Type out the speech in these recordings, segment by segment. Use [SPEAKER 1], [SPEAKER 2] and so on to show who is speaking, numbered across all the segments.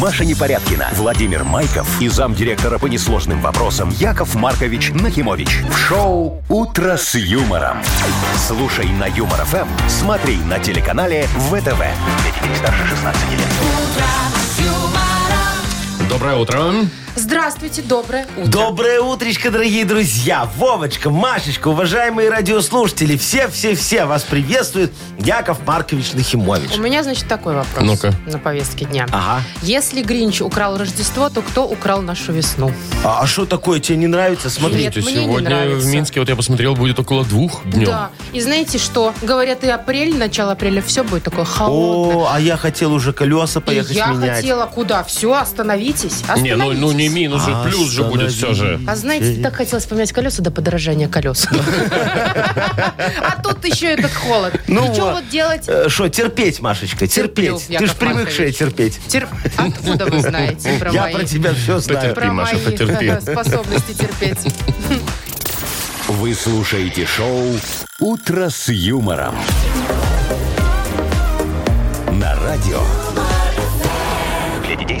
[SPEAKER 1] Маша Непорядкина, Владимир Майков и замдиректора по несложным вопросам Яков Маркович Нахимович. В шоу «Утро с юмором». Слушай на Юмор ФМ, смотри на телеканале ВТВ. Для детей старше 16 лет.
[SPEAKER 2] Доброе утро.
[SPEAKER 3] Здравствуйте, доброе утро.
[SPEAKER 4] Доброе утречко, дорогие друзья! Вовочка, Машечка, уважаемые радиослушатели, все-все-все вас приветствует Яков Маркович
[SPEAKER 3] У
[SPEAKER 4] Нахимович.
[SPEAKER 3] меня, значит, такой вопрос
[SPEAKER 2] Ну-ка.
[SPEAKER 3] на повестке дня.
[SPEAKER 4] Ага.
[SPEAKER 3] Если Гринч украл Рождество, то кто украл нашу весну?
[SPEAKER 4] А что такое тебе не нравится? Смотри.
[SPEAKER 3] Нет, мне не
[SPEAKER 2] сегодня в
[SPEAKER 3] нравится.
[SPEAKER 2] Минске, вот я посмотрел, будет около двух днем.
[SPEAKER 3] Да. И знаете что? Говорят, и апрель, начало апреля, все будет такое холодное.
[SPEAKER 4] О, а я хотел уже колеса
[SPEAKER 3] И
[SPEAKER 4] поехать
[SPEAKER 3] я
[SPEAKER 4] менять.
[SPEAKER 3] хотела куда? Все, остановитесь. остановитесь.
[SPEAKER 2] Не, ну, ну не минус, же, плюс же будет все же.
[SPEAKER 3] А знаете, так хотелось поменять колеса до подорожания колес. А тут еще этот холод.
[SPEAKER 4] Ну,
[SPEAKER 3] И что
[SPEAKER 4] а,
[SPEAKER 3] вот делать?
[SPEAKER 4] Что, терпеть, Машечка,
[SPEAKER 3] Терплю,
[SPEAKER 4] терпеть. Ты
[SPEAKER 3] Яков
[SPEAKER 4] ж привыкшая
[SPEAKER 3] Маркович.
[SPEAKER 4] терпеть.
[SPEAKER 3] Тер- Откуда вы знаете про
[SPEAKER 4] Я
[SPEAKER 3] мои...
[SPEAKER 4] про тебя все знаю.
[SPEAKER 3] про
[SPEAKER 2] Потерпи, Маша,
[SPEAKER 3] мои э,
[SPEAKER 2] потерпи.
[SPEAKER 3] способности терпеть.
[SPEAKER 1] Вы слушаете шоу «Утро с юмором». На радио. Для детей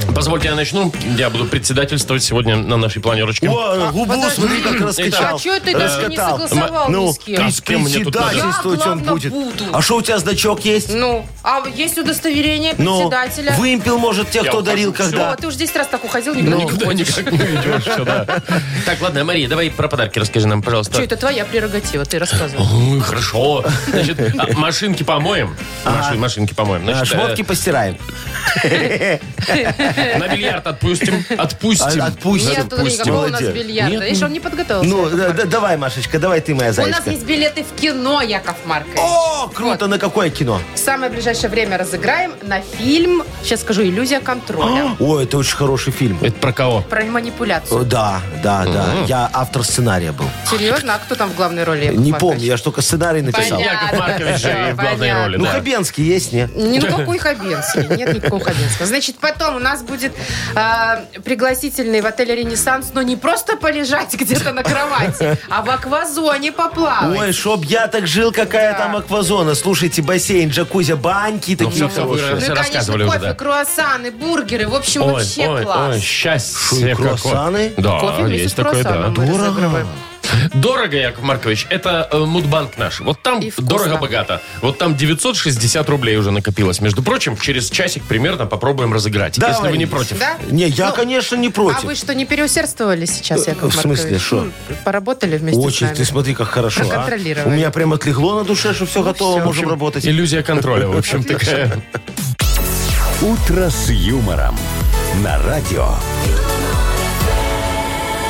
[SPEAKER 2] Позвольте я начну. Я буду председательствовать сегодня на нашей планерочке.
[SPEAKER 4] О, э, губу
[SPEAKER 3] подожди.
[SPEAKER 4] смотри, как раскачал.
[SPEAKER 3] А что это даже не
[SPEAKER 4] Раскатал.
[SPEAKER 3] согласовал ни
[SPEAKER 4] Ну,
[SPEAKER 3] с кем?
[SPEAKER 2] с кем мне тут надо?
[SPEAKER 4] председательствовать
[SPEAKER 3] Я,
[SPEAKER 4] он
[SPEAKER 3] главное,
[SPEAKER 4] будет.
[SPEAKER 3] буду.
[SPEAKER 4] А что у тебя значок есть?
[SPEAKER 3] Ну, а есть удостоверение
[SPEAKER 4] Ну,
[SPEAKER 3] председателя?
[SPEAKER 4] вымпел, может, тех,
[SPEAKER 2] Я
[SPEAKER 4] кто
[SPEAKER 2] ухожу,
[SPEAKER 4] дарил,
[SPEAKER 2] всё.
[SPEAKER 3] О,
[SPEAKER 4] когда.
[SPEAKER 3] ты уже 10 раз так уходил,
[SPEAKER 4] Ну,
[SPEAKER 3] никуда не
[SPEAKER 2] Ну, Никуда
[SPEAKER 3] уходишь.
[SPEAKER 2] никак не уйдешь. всё, да. Так, ладно, Мария, давай про подарки расскажи нам, пожалуйста.
[SPEAKER 3] Что, это твоя прерогатива, ты рассказывал.
[SPEAKER 2] Ой, хорошо. Значит, а, машинки помоем. Маши- Машинки помоем.
[SPEAKER 4] А,
[SPEAKER 2] Значит,
[SPEAKER 4] Шмотки
[SPEAKER 2] э,
[SPEAKER 4] постираем.
[SPEAKER 2] на бильярд отпустим. Отпустим.
[SPEAKER 4] А, Отпустим.
[SPEAKER 3] Нет, тут никакого у нас
[SPEAKER 4] Молодец.
[SPEAKER 3] бильярда. Видишь, он не подготовился.
[SPEAKER 4] Ну,
[SPEAKER 3] Яков
[SPEAKER 4] да- да-
[SPEAKER 3] Маркович.
[SPEAKER 4] давай, Машечка, давай ты моя
[SPEAKER 3] У нас
[SPEAKER 4] зайчка.
[SPEAKER 3] есть билеты в кино, Яков Маркович.
[SPEAKER 4] О, круто, на какое кино?
[SPEAKER 3] В самое ближайшее время разыграем на фильм, сейчас скажу, «Иллюзия контроля».
[SPEAKER 4] О, это очень хороший фильм.
[SPEAKER 2] Это про кого?
[SPEAKER 3] Про
[SPEAKER 4] О,
[SPEAKER 3] манипуляцию.
[SPEAKER 4] Да, да, да. Я автор сценария был.
[SPEAKER 3] Серьезно? А кто там в главной роли? Яков
[SPEAKER 4] Не
[SPEAKER 3] Маркович?
[SPEAKER 4] помню, я ж только сценарий написал.
[SPEAKER 3] Понятно.
[SPEAKER 2] Яков Маркович же и в главной
[SPEAKER 3] Понятно.
[SPEAKER 2] роли.
[SPEAKER 4] Ну,
[SPEAKER 2] да.
[SPEAKER 4] Хабенский есть, не?
[SPEAKER 3] Ну, Ни на какой Хабенский. Нет никакого Хабенского. Значит, потом у нас будет а, пригласительный в отеле «Ренессанс», но не просто полежать где-то на кровати, а в аквазоне поплавать.
[SPEAKER 4] Ой, чтоб я так жил, какая
[SPEAKER 3] Да.
[SPEAKER 4] там аквазона. Слушайте, бассейн, джакузи, баньки такие
[SPEAKER 2] всё, всё,
[SPEAKER 4] хорошие.
[SPEAKER 3] ну и, конечно,
[SPEAKER 2] рассказывали уже,
[SPEAKER 3] кофе,
[SPEAKER 2] да.
[SPEAKER 3] круассаны, бургеры. В общем,
[SPEAKER 2] Ой,
[SPEAKER 3] Ну, вообще
[SPEAKER 2] ой,
[SPEAKER 3] класс.
[SPEAKER 2] ой, счастье
[SPEAKER 4] круассаны?
[SPEAKER 2] какое. Да,
[SPEAKER 3] Кофе вместе
[SPEAKER 2] есть
[SPEAKER 3] с
[SPEAKER 2] такое, да.
[SPEAKER 3] круассаном мы разыгрываем.
[SPEAKER 2] Дорого, Яков Маркович, это э, мудбанк наш. Вот там
[SPEAKER 3] И вкусно.
[SPEAKER 2] дорого-богато. Вот там 960 рублей уже накопилось. Между прочим, через часик примерно попробуем разыграть. Если вы
[SPEAKER 4] Давай.
[SPEAKER 2] не против.
[SPEAKER 3] Да?
[SPEAKER 4] Не, я,
[SPEAKER 3] Ну,
[SPEAKER 4] конечно, не
[SPEAKER 3] А
[SPEAKER 4] против.
[SPEAKER 3] вы что, не переусердствовали сейчас,
[SPEAKER 4] Э,
[SPEAKER 3] Яков
[SPEAKER 4] в смысле,
[SPEAKER 3] Маркович?
[SPEAKER 4] шо?
[SPEAKER 3] М, Поработали вместе с
[SPEAKER 4] Очень,
[SPEAKER 3] нами?
[SPEAKER 4] ты смотри, как хорошо. а.
[SPEAKER 3] Проконтролировали.
[SPEAKER 4] У меня прям отлегло на душе, что все
[SPEAKER 3] Ну,
[SPEAKER 4] готово,
[SPEAKER 2] В общем,
[SPEAKER 4] можем работать.
[SPEAKER 2] Иллюзия контроля, в общем, такая.
[SPEAKER 1] «Утро с юмором» на радио.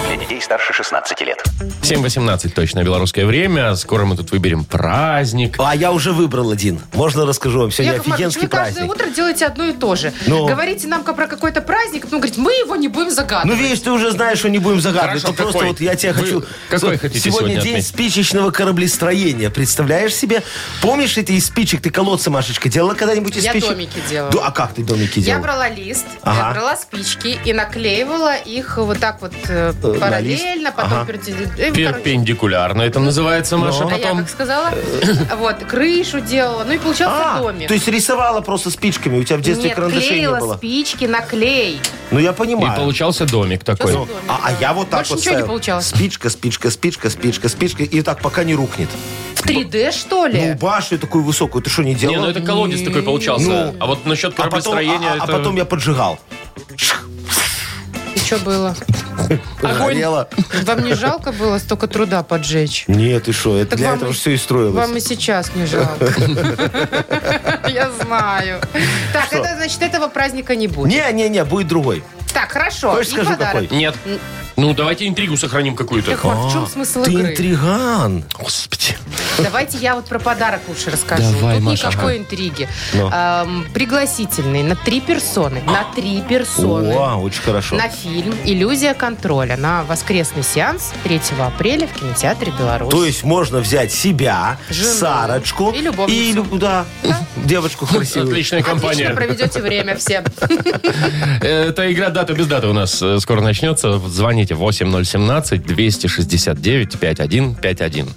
[SPEAKER 1] Для детей старше 16 лет.
[SPEAKER 2] 7.18 точно белорусское время. Скоро мы тут выберем праздник.
[SPEAKER 4] А я уже выбрал один. Можно расскажу вам сегодня
[SPEAKER 3] Яков Маркович,
[SPEAKER 4] офигенский
[SPEAKER 3] вы каждое
[SPEAKER 4] праздник.
[SPEAKER 3] утро делаете одно и то же.
[SPEAKER 4] Ну.
[SPEAKER 3] Говорите нам про какой-то праздник, ну, говорит, мы его не будем
[SPEAKER 4] Ну,
[SPEAKER 3] загадывать.
[SPEAKER 4] видишь, ты уже знаешь, что не будем загадывать.
[SPEAKER 2] Хорошо,
[SPEAKER 4] Это просто
[SPEAKER 2] какой?
[SPEAKER 4] вот я тебя
[SPEAKER 2] Вы
[SPEAKER 4] хочу...
[SPEAKER 2] какой
[SPEAKER 4] Со-
[SPEAKER 2] хотите сегодня
[SPEAKER 4] Сегодня день
[SPEAKER 2] отметить?
[SPEAKER 4] спичечного кораблестроения. Представляешь себе? Помнишь эти из спичек? Ты колодцы, Машечка, делала когда-нибудь из
[SPEAKER 3] Я
[SPEAKER 4] спичек?
[SPEAKER 3] домики делала.
[SPEAKER 4] Да, а как ты домики
[SPEAKER 3] Я
[SPEAKER 4] делала?
[SPEAKER 3] брала лист, я
[SPEAKER 4] Ага.
[SPEAKER 3] брала спички и наклеивала их вот так вот э,
[SPEAKER 4] на
[SPEAKER 3] параллельно,
[SPEAKER 4] лист?
[SPEAKER 3] потом
[SPEAKER 4] Ага.
[SPEAKER 3] пердели- э, короче.
[SPEAKER 2] Перпендикулярно это называется, Маша,
[SPEAKER 3] А я
[SPEAKER 2] потом.
[SPEAKER 3] как сказала, э, вот, крышу делала, ну и получался
[SPEAKER 4] А,
[SPEAKER 3] домик.
[SPEAKER 4] то есть рисовала просто спичками. У тебя в детстве
[SPEAKER 3] Нет,
[SPEAKER 4] карандашей не
[SPEAKER 3] клеила
[SPEAKER 4] было.
[SPEAKER 3] спички на клей.
[SPEAKER 4] Ну, я
[SPEAKER 2] И
[SPEAKER 4] понимаю.
[SPEAKER 2] получался домик такой.
[SPEAKER 4] Ну, а, а я вот так
[SPEAKER 3] Больше
[SPEAKER 4] вот
[SPEAKER 3] ничего не
[SPEAKER 4] ставил.
[SPEAKER 3] получалось.
[SPEAKER 4] Спичка, спичка, спичка, спичка, спичка. И так пока не рухнет.
[SPEAKER 3] В 3D, что
[SPEAKER 4] Ну,
[SPEAKER 3] ли?
[SPEAKER 4] башню такую высокую ты что, не делал?
[SPEAKER 2] Не, ну это колодец такой получался.
[SPEAKER 4] Ну.
[SPEAKER 2] А вот насчет
[SPEAKER 4] а, потом,
[SPEAKER 2] кораблестроения
[SPEAKER 4] а- а
[SPEAKER 2] это-
[SPEAKER 4] потом я поджигал.
[SPEAKER 3] И что было?
[SPEAKER 4] Горело.
[SPEAKER 3] Вам не жалко было столько труда поджечь?
[SPEAKER 4] Нет, и что? Это
[SPEAKER 3] Так
[SPEAKER 4] для
[SPEAKER 3] вам
[SPEAKER 4] этого
[SPEAKER 3] и-
[SPEAKER 4] же все и строилось.
[SPEAKER 3] Вам и сейчас не жалко. Я знаю. Так, это значит, этого праздника не будет.
[SPEAKER 4] Не-не-не, будет другой.
[SPEAKER 3] Так, хорошо.
[SPEAKER 4] Хочешь,
[SPEAKER 3] И
[SPEAKER 4] скажу,
[SPEAKER 3] подарок.
[SPEAKER 4] какой? А,
[SPEAKER 2] Нет. Ну, давайте интригу сохраним какую-то.
[SPEAKER 3] Яков Маркович, в чем смысл
[SPEAKER 4] Ты
[SPEAKER 3] игры?
[SPEAKER 4] интриган.
[SPEAKER 2] Господи.
[SPEAKER 3] Давайте я вот про подарок лучше расскажу.
[SPEAKER 2] Давай,
[SPEAKER 3] Тут
[SPEAKER 2] Маша,
[SPEAKER 3] никакой
[SPEAKER 2] ага.
[SPEAKER 3] интриги.
[SPEAKER 4] Ну.
[SPEAKER 3] Эм, пригласительный на три персоны. На три персоны.
[SPEAKER 4] О, очень хорошо.
[SPEAKER 3] На фильм «Иллюзия контроля» на воскресный сеанс 3 апреля в кинотеатре «Беларусь».
[SPEAKER 4] То есть можно взять себя,
[SPEAKER 3] Жену.
[SPEAKER 4] Сарочку
[SPEAKER 3] И любовницу.
[SPEAKER 4] и люб- да, девочку красивую.
[SPEAKER 2] Отличная
[SPEAKER 3] Отлично
[SPEAKER 2] компания.
[SPEAKER 3] проведете время все.
[SPEAKER 2] Это игра дата без даты у нас э, скоро начнется. Звоните 8017-269-5151.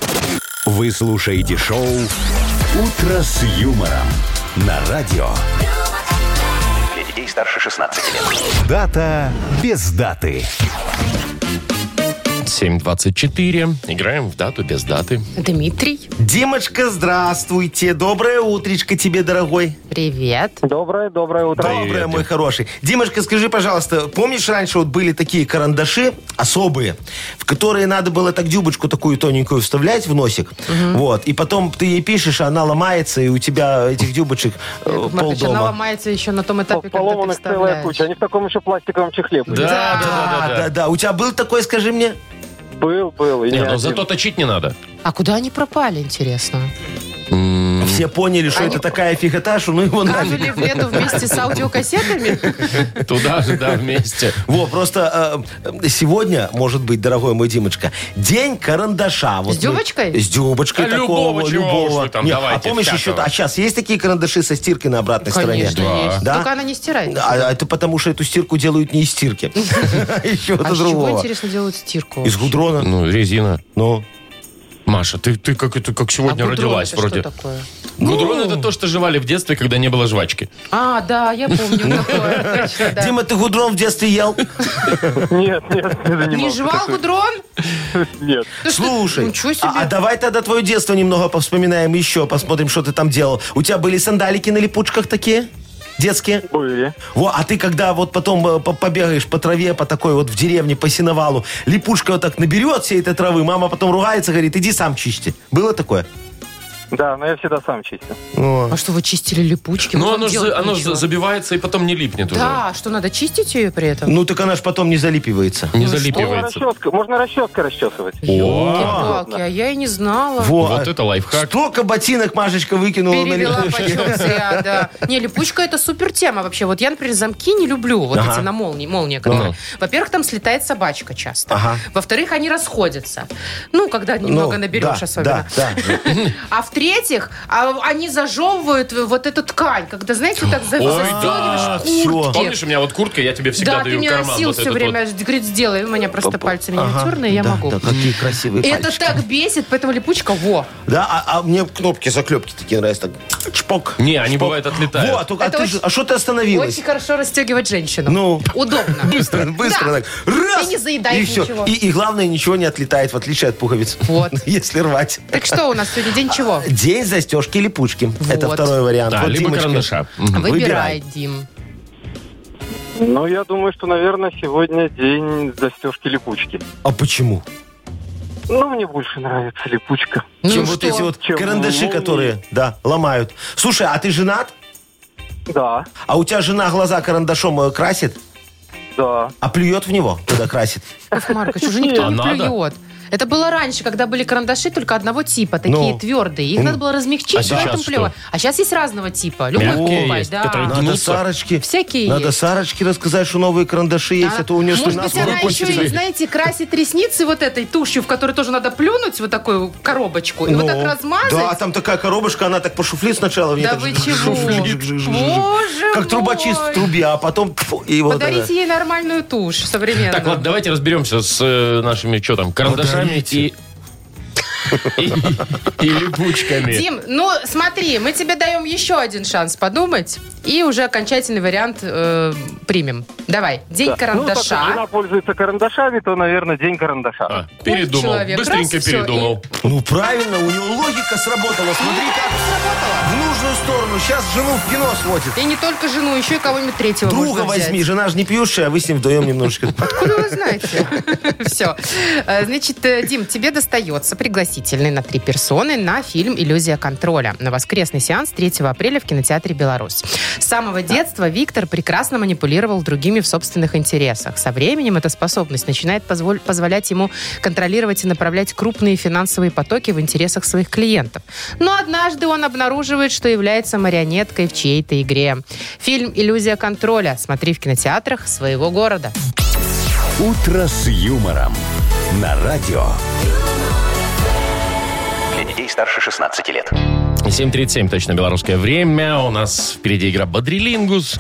[SPEAKER 1] Вы слушаете шоу «Утро с юмором» на радио. Для детей старше 16 лет. Дата без даты.
[SPEAKER 2] 7.24. Играем в дату без даты.
[SPEAKER 3] Дмитрий,
[SPEAKER 4] Димочка, здравствуйте. Доброе утречко тебе, дорогой.
[SPEAKER 3] привет.
[SPEAKER 4] Э,
[SPEAKER 5] Доброе, доброе утро.
[SPEAKER 4] Доброе,
[SPEAKER 2] Привет,
[SPEAKER 4] мой
[SPEAKER 2] Дим.
[SPEAKER 4] хороший. Димочка, скажи, пожалуйста, помнишь, раньше вот были такие карандаши особые, в которые надо было так дюбочку такую тоненькую вставлять в носик, вот, и потом ты ей пишешь, а она ломается, и у тебя этих дюбочек э,
[SPEAKER 3] Яков Маркович, она
[SPEAKER 4] полдома.
[SPEAKER 3] ломается еще на том этапе, когда ты
[SPEAKER 5] Поломанных целая
[SPEAKER 3] вставляешь.
[SPEAKER 5] куча. Они в таком еще пластиковом чехле были.
[SPEAKER 2] Да, да,
[SPEAKER 4] А,
[SPEAKER 2] да,
[SPEAKER 4] да,
[SPEAKER 2] да.
[SPEAKER 4] да. У тебя был такой, скажи мне?
[SPEAKER 5] Был, был. и не
[SPEAKER 2] Не, ну
[SPEAKER 5] один.
[SPEAKER 2] зато точить не надо.
[SPEAKER 3] А куда они пропали, интересно?
[SPEAKER 4] Все поняли, что это такая фигота, что ну его нафиг.
[SPEAKER 3] Канули в лету вместе с аудиокассетами?
[SPEAKER 2] Туда же, да, вместе.
[SPEAKER 4] Во, просто э, э, сегодня, может быть, дорогой мой Димочка, день карандаша. Вот
[SPEAKER 3] С
[SPEAKER 4] мы-
[SPEAKER 3] дюбочкой?
[SPEAKER 4] С дюбочкой
[SPEAKER 2] Да
[SPEAKER 4] такого,
[SPEAKER 2] любого, чего уж вы там,
[SPEAKER 4] Не, а
[SPEAKER 2] давайте,
[SPEAKER 4] помнишь еще,
[SPEAKER 2] всякого.
[SPEAKER 4] а сейчас есть такие карандаши со стиркой на обратной
[SPEAKER 3] Конечно,
[SPEAKER 4] стороне?
[SPEAKER 2] Да.
[SPEAKER 3] есть.
[SPEAKER 4] Да?
[SPEAKER 3] Только она не стирает.
[SPEAKER 4] А, а это потому, что эту стирку делают не из стирки. Еще
[SPEAKER 3] А
[SPEAKER 4] то
[SPEAKER 3] с чего,
[SPEAKER 4] другого.
[SPEAKER 3] интересно, делают стирку?
[SPEAKER 4] Из гудрона.
[SPEAKER 2] Ну, резина.
[SPEAKER 4] Ну,
[SPEAKER 2] Маша, ты, ты как, это, как
[SPEAKER 3] А
[SPEAKER 2] сегодня
[SPEAKER 3] гудрон
[SPEAKER 2] родилась
[SPEAKER 3] это
[SPEAKER 2] вроде.
[SPEAKER 3] Что такое? Ну!
[SPEAKER 2] Гудрон это то, что жевали в детстве, когда не было жвачки.
[SPEAKER 3] А, да, я помню такое. Точно, да.
[SPEAKER 4] Дима, ты гудрон в детстве ел?
[SPEAKER 5] Нет, нет, не
[SPEAKER 3] не
[SPEAKER 5] занимался.
[SPEAKER 3] жевал гудрон?
[SPEAKER 5] Нет.
[SPEAKER 4] Слушай,
[SPEAKER 3] ничего себе.
[SPEAKER 4] а а давай тогда твое детство немного повспоминаем еще, посмотрим, что ты там делал. У тебя были сандалики на липучках такие? Детские?
[SPEAKER 5] Были.
[SPEAKER 4] Во, а ты когда вот потом э, по- побегаешь по траве, по такой вот в деревне, по синовалу, липушка вот так наберет всей этой травы, мама потом ругается, говорит, иди сам чисти. Было такое?
[SPEAKER 5] Да, но я всегда сам чистил.
[SPEAKER 3] А что, вы чистили липучки?
[SPEAKER 2] Ну,
[SPEAKER 3] Вы
[SPEAKER 2] оно,
[SPEAKER 3] там
[SPEAKER 2] же,
[SPEAKER 3] делать
[SPEAKER 2] оно
[SPEAKER 3] нечего.
[SPEAKER 2] же забивается и потом не липнет
[SPEAKER 3] Да, что надо чистить ее при этом?
[SPEAKER 4] Ну так она ж потом не залипивается.
[SPEAKER 2] уже. Не
[SPEAKER 3] Ну, что?
[SPEAKER 5] Можно
[SPEAKER 2] залипивается.
[SPEAKER 5] расческа, можно расческой расчесывать.
[SPEAKER 3] Ёлки-палки, а я и не знала.
[SPEAKER 4] Во,
[SPEAKER 2] Вот
[SPEAKER 4] а
[SPEAKER 2] это лайфхак.
[SPEAKER 4] Столько ботинок Машечка выкинула
[SPEAKER 3] Перевела
[SPEAKER 4] на липучке.
[SPEAKER 3] почем зря, да. Не, липучка это супер тема вообще. Вот я, например, замки не люблю, вот
[SPEAKER 4] Ага.
[SPEAKER 3] эти на молнии, молния, которые. Во-первых, там слетает собачка часто.
[SPEAKER 4] Ага.
[SPEAKER 3] Во-вторых, они расходятся. Ну, когда немного
[SPEAKER 4] Ну,
[SPEAKER 3] наберешь
[SPEAKER 4] да,
[SPEAKER 3] особенно.
[SPEAKER 4] Да, да.
[SPEAKER 3] А в-третьих, а, они зажевывают вот эту ткань, когда, знаете, так за-
[SPEAKER 2] Ой,
[SPEAKER 4] да,
[SPEAKER 3] застегиваешь
[SPEAKER 4] всё.
[SPEAKER 3] куртки.
[SPEAKER 2] Помнишь, у меня вот куртка, я тебе всегда
[SPEAKER 3] да, ты
[SPEAKER 2] даю
[SPEAKER 3] мне
[SPEAKER 2] карман
[SPEAKER 3] носил
[SPEAKER 2] вот
[SPEAKER 3] все
[SPEAKER 2] этот
[SPEAKER 3] время,
[SPEAKER 2] вот.
[SPEAKER 3] говорит, сделай. У меня просто пальцы миниатюрные, я
[SPEAKER 4] Да,
[SPEAKER 3] могу.
[SPEAKER 4] Да, какие красивые
[SPEAKER 3] И это
[SPEAKER 4] пальчики.
[SPEAKER 3] так бесит, поэтому липучка, во.
[SPEAKER 4] Да, а, а мне кнопки, заклепки такие нравятся. Так, чпок.
[SPEAKER 2] Не, они
[SPEAKER 4] чпок.
[SPEAKER 2] бывает отлетают.
[SPEAKER 4] Вот, а
[SPEAKER 3] Это
[SPEAKER 4] ты
[SPEAKER 3] очень-
[SPEAKER 4] же- а что ты остановилась?
[SPEAKER 3] Очень хорошо расстегивать женщину.
[SPEAKER 4] Ну.
[SPEAKER 3] Удобно.
[SPEAKER 4] Быстро, быстро
[SPEAKER 3] Да.
[SPEAKER 4] так. Раз!
[SPEAKER 3] И не заедает
[SPEAKER 4] и всё.
[SPEAKER 3] ничего.
[SPEAKER 4] И, и главное, ничего не отлетает, в отличие от пуговиц.
[SPEAKER 3] Вот.
[SPEAKER 4] Если рвать.
[SPEAKER 3] Так что у нас сегодня день чего?
[SPEAKER 4] День застежки липучки. Это
[SPEAKER 3] Вот.
[SPEAKER 4] второй вариант.
[SPEAKER 2] Да,
[SPEAKER 4] Вот,
[SPEAKER 2] либо
[SPEAKER 4] Димочка.
[SPEAKER 2] карандаша. Мгм.
[SPEAKER 3] Выбирай,
[SPEAKER 4] Выбирай.
[SPEAKER 3] Дим.
[SPEAKER 5] Ну, я думаю, что, наверное, сегодня день застежки липучки.
[SPEAKER 4] А почему?
[SPEAKER 5] Ну, мне больше нравится липучка.
[SPEAKER 3] Ну
[SPEAKER 4] Чем
[SPEAKER 3] и
[SPEAKER 4] вот
[SPEAKER 3] что?
[SPEAKER 4] эти вот
[SPEAKER 5] Чем
[SPEAKER 4] карандаши,
[SPEAKER 5] молнии.
[SPEAKER 4] которые, да, ломают. Слушай, а ты женат?
[SPEAKER 5] Да,
[SPEAKER 4] А у тебя жена глаза карандашом э, красит,
[SPEAKER 5] да.
[SPEAKER 4] а плюет в него, когда красит.
[SPEAKER 3] Яков Маркович, уже никто
[SPEAKER 2] А
[SPEAKER 3] не
[SPEAKER 2] надо?
[SPEAKER 3] плюет. Это было раньше, когда были карандаши только одного типа, такие
[SPEAKER 4] Ну.
[SPEAKER 3] твердые. Их надо было размягчить,
[SPEAKER 2] А
[SPEAKER 3] в этом
[SPEAKER 2] сейчас
[SPEAKER 3] плево.
[SPEAKER 2] что?
[SPEAKER 3] А сейчас есть разного типа. Любой
[SPEAKER 2] Мягкие
[SPEAKER 3] покупай,
[SPEAKER 2] есть,
[SPEAKER 3] да.
[SPEAKER 2] которые
[SPEAKER 4] Надо
[SPEAKER 2] Гнутся.
[SPEAKER 4] Ну, а Сарочке.
[SPEAKER 3] Всякие
[SPEAKER 4] Надо
[SPEAKER 3] есть.
[SPEAKER 4] Сарочке рассказать, что новые карандаши есть,
[SPEAKER 3] А,
[SPEAKER 4] а то у нее что
[SPEAKER 3] Может быть, она
[SPEAKER 4] насморк.
[SPEAKER 3] еще и, знаете, красит ресницы вот этой тушью, в которую тоже надо плюнуть, вот такую коробочку, и
[SPEAKER 4] Ну,
[SPEAKER 3] вот так размазать.
[SPEAKER 4] Да, там такая коробочка, она так пошуфлит сначала. в ней
[SPEAKER 3] Да
[SPEAKER 4] так
[SPEAKER 3] вы
[SPEAKER 4] жжж,
[SPEAKER 3] чего?
[SPEAKER 4] жжж, жжж, жжж.
[SPEAKER 3] Боже
[SPEAKER 4] Как трубочист
[SPEAKER 3] мой.
[SPEAKER 4] в трубе, а потом... тьфу, и вот это.
[SPEAKER 3] Подарите ей нормальную тушь современную.
[SPEAKER 2] Так, ладно, давайте разберемся с э, нашими, что там, карандашами и... И, и липучками.
[SPEAKER 3] Дим, ну смотри, мы тебе даем еще один шанс подумать и уже окончательный вариант э, примем. Давай, день
[SPEAKER 5] Да. Ну, так как жена
[SPEAKER 3] карандаша.
[SPEAKER 5] пользуется карандашами, то, наверное, день карандаша.
[SPEAKER 2] А, передумал.
[SPEAKER 3] человек,
[SPEAKER 2] Быстренько
[SPEAKER 3] раз, всё,
[SPEAKER 2] передумал.
[SPEAKER 4] Ну, правильно, у него логика сработала. Смотри, как
[SPEAKER 3] Сработало.
[SPEAKER 4] в нужную сторону. Сейчас жену в кино сводит.
[SPEAKER 3] И не только жену, еще и кого-нибудь третьего можно
[SPEAKER 4] Друга
[SPEAKER 3] взять.
[SPEAKER 4] возьми, жена же не пьющая, а вы с ним вдвоем немножечко.
[SPEAKER 3] Откуда вы знаете? Все. Значит, э, Дим, тебе достается пригласительный на три персоны на фильм «Иллюзия контроля» на воскресный сеанс 3 апреля в кинотеатре «Беларусь». С самого детства Виктор прекрасно манипулировал другими в собственных интересах. Со временем эта способность начинает позволь- позволять ему контролировать и направлять крупные финансовые потоки в интересах своих клиентов. Но однажды он обнаруживает, что является марионеткой в чьей-то игре. Фильм «Иллюзия контроля» смотри в кинотеатрах своего города.
[SPEAKER 1] «Утро с юмором» на радио. Для детей старше 16 лет.
[SPEAKER 2] 7.37, точно белорусское время. У нас впереди игра «Бодрилингус».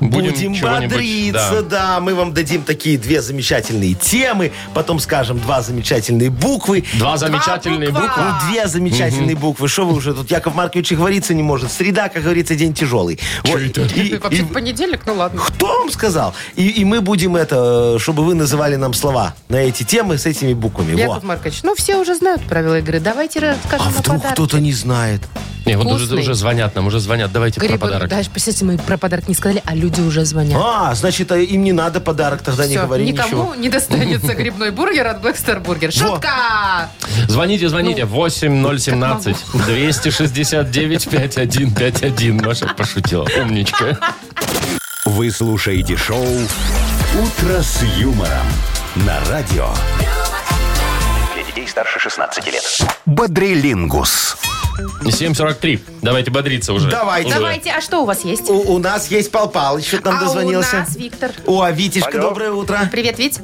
[SPEAKER 2] Будем,
[SPEAKER 4] Будем
[SPEAKER 2] чего-нибудь,
[SPEAKER 4] бодриться, да.
[SPEAKER 2] да.
[SPEAKER 4] Мы вам дадим такие две замечательные темы, потом скажем два замечательные буквы.
[SPEAKER 2] Два замечательные
[SPEAKER 3] буква.
[SPEAKER 2] буквы.
[SPEAKER 4] Ну, две замечательные буквы. Что вы уже тут? Яков Маркович и говорится не может. Среда, как говорится, день тяжелый. Вот. И-
[SPEAKER 3] Вообще
[SPEAKER 4] и-
[SPEAKER 3] в понедельник, ну ладно.
[SPEAKER 4] Кто вам сказал? И, и мы будем это, чтобы вы называли нам слова на эти темы с этими буквами. Во.
[SPEAKER 3] Яков Маркович, ну все уже знают правила игры. Давайте расскажем
[SPEAKER 4] А
[SPEAKER 3] о
[SPEAKER 4] вдруг
[SPEAKER 3] подарке.
[SPEAKER 4] кто-то не знает?
[SPEAKER 2] Не, вот уже,
[SPEAKER 3] Вкусный.
[SPEAKER 2] уже звонят нам, уже звонят. Давайте
[SPEAKER 3] Грибы,
[SPEAKER 2] про подарок.
[SPEAKER 3] Даже, представьте, мы про подарок не сказали, а люди уже звонят.
[SPEAKER 4] А, значит, а им не надо подарок, тогда не
[SPEAKER 3] Всё,
[SPEAKER 4] говори
[SPEAKER 3] никому
[SPEAKER 4] ничего.
[SPEAKER 3] не достанется грибной бургер от Blackstar Burger. Шутка!
[SPEAKER 2] Звоните, звоните. 8017 269 5151. Маша пошутила. Умничка.
[SPEAKER 1] Вы слушаете шоу «Утро с юмором» на радио.
[SPEAKER 6] Для детей старше 16 лет.
[SPEAKER 1] Бодрилингус.
[SPEAKER 2] 743. Давайте бодриться уже.
[SPEAKER 4] Давайте.
[SPEAKER 2] Уже.
[SPEAKER 3] Давайте, а что у вас есть?
[SPEAKER 4] У, у нас есть Пал Палыч, что нам
[SPEAKER 3] а
[SPEAKER 4] дозвонился.
[SPEAKER 3] у нас Виктор.
[SPEAKER 4] О, а Витечка, доброе утро.
[SPEAKER 3] Привет, Вить.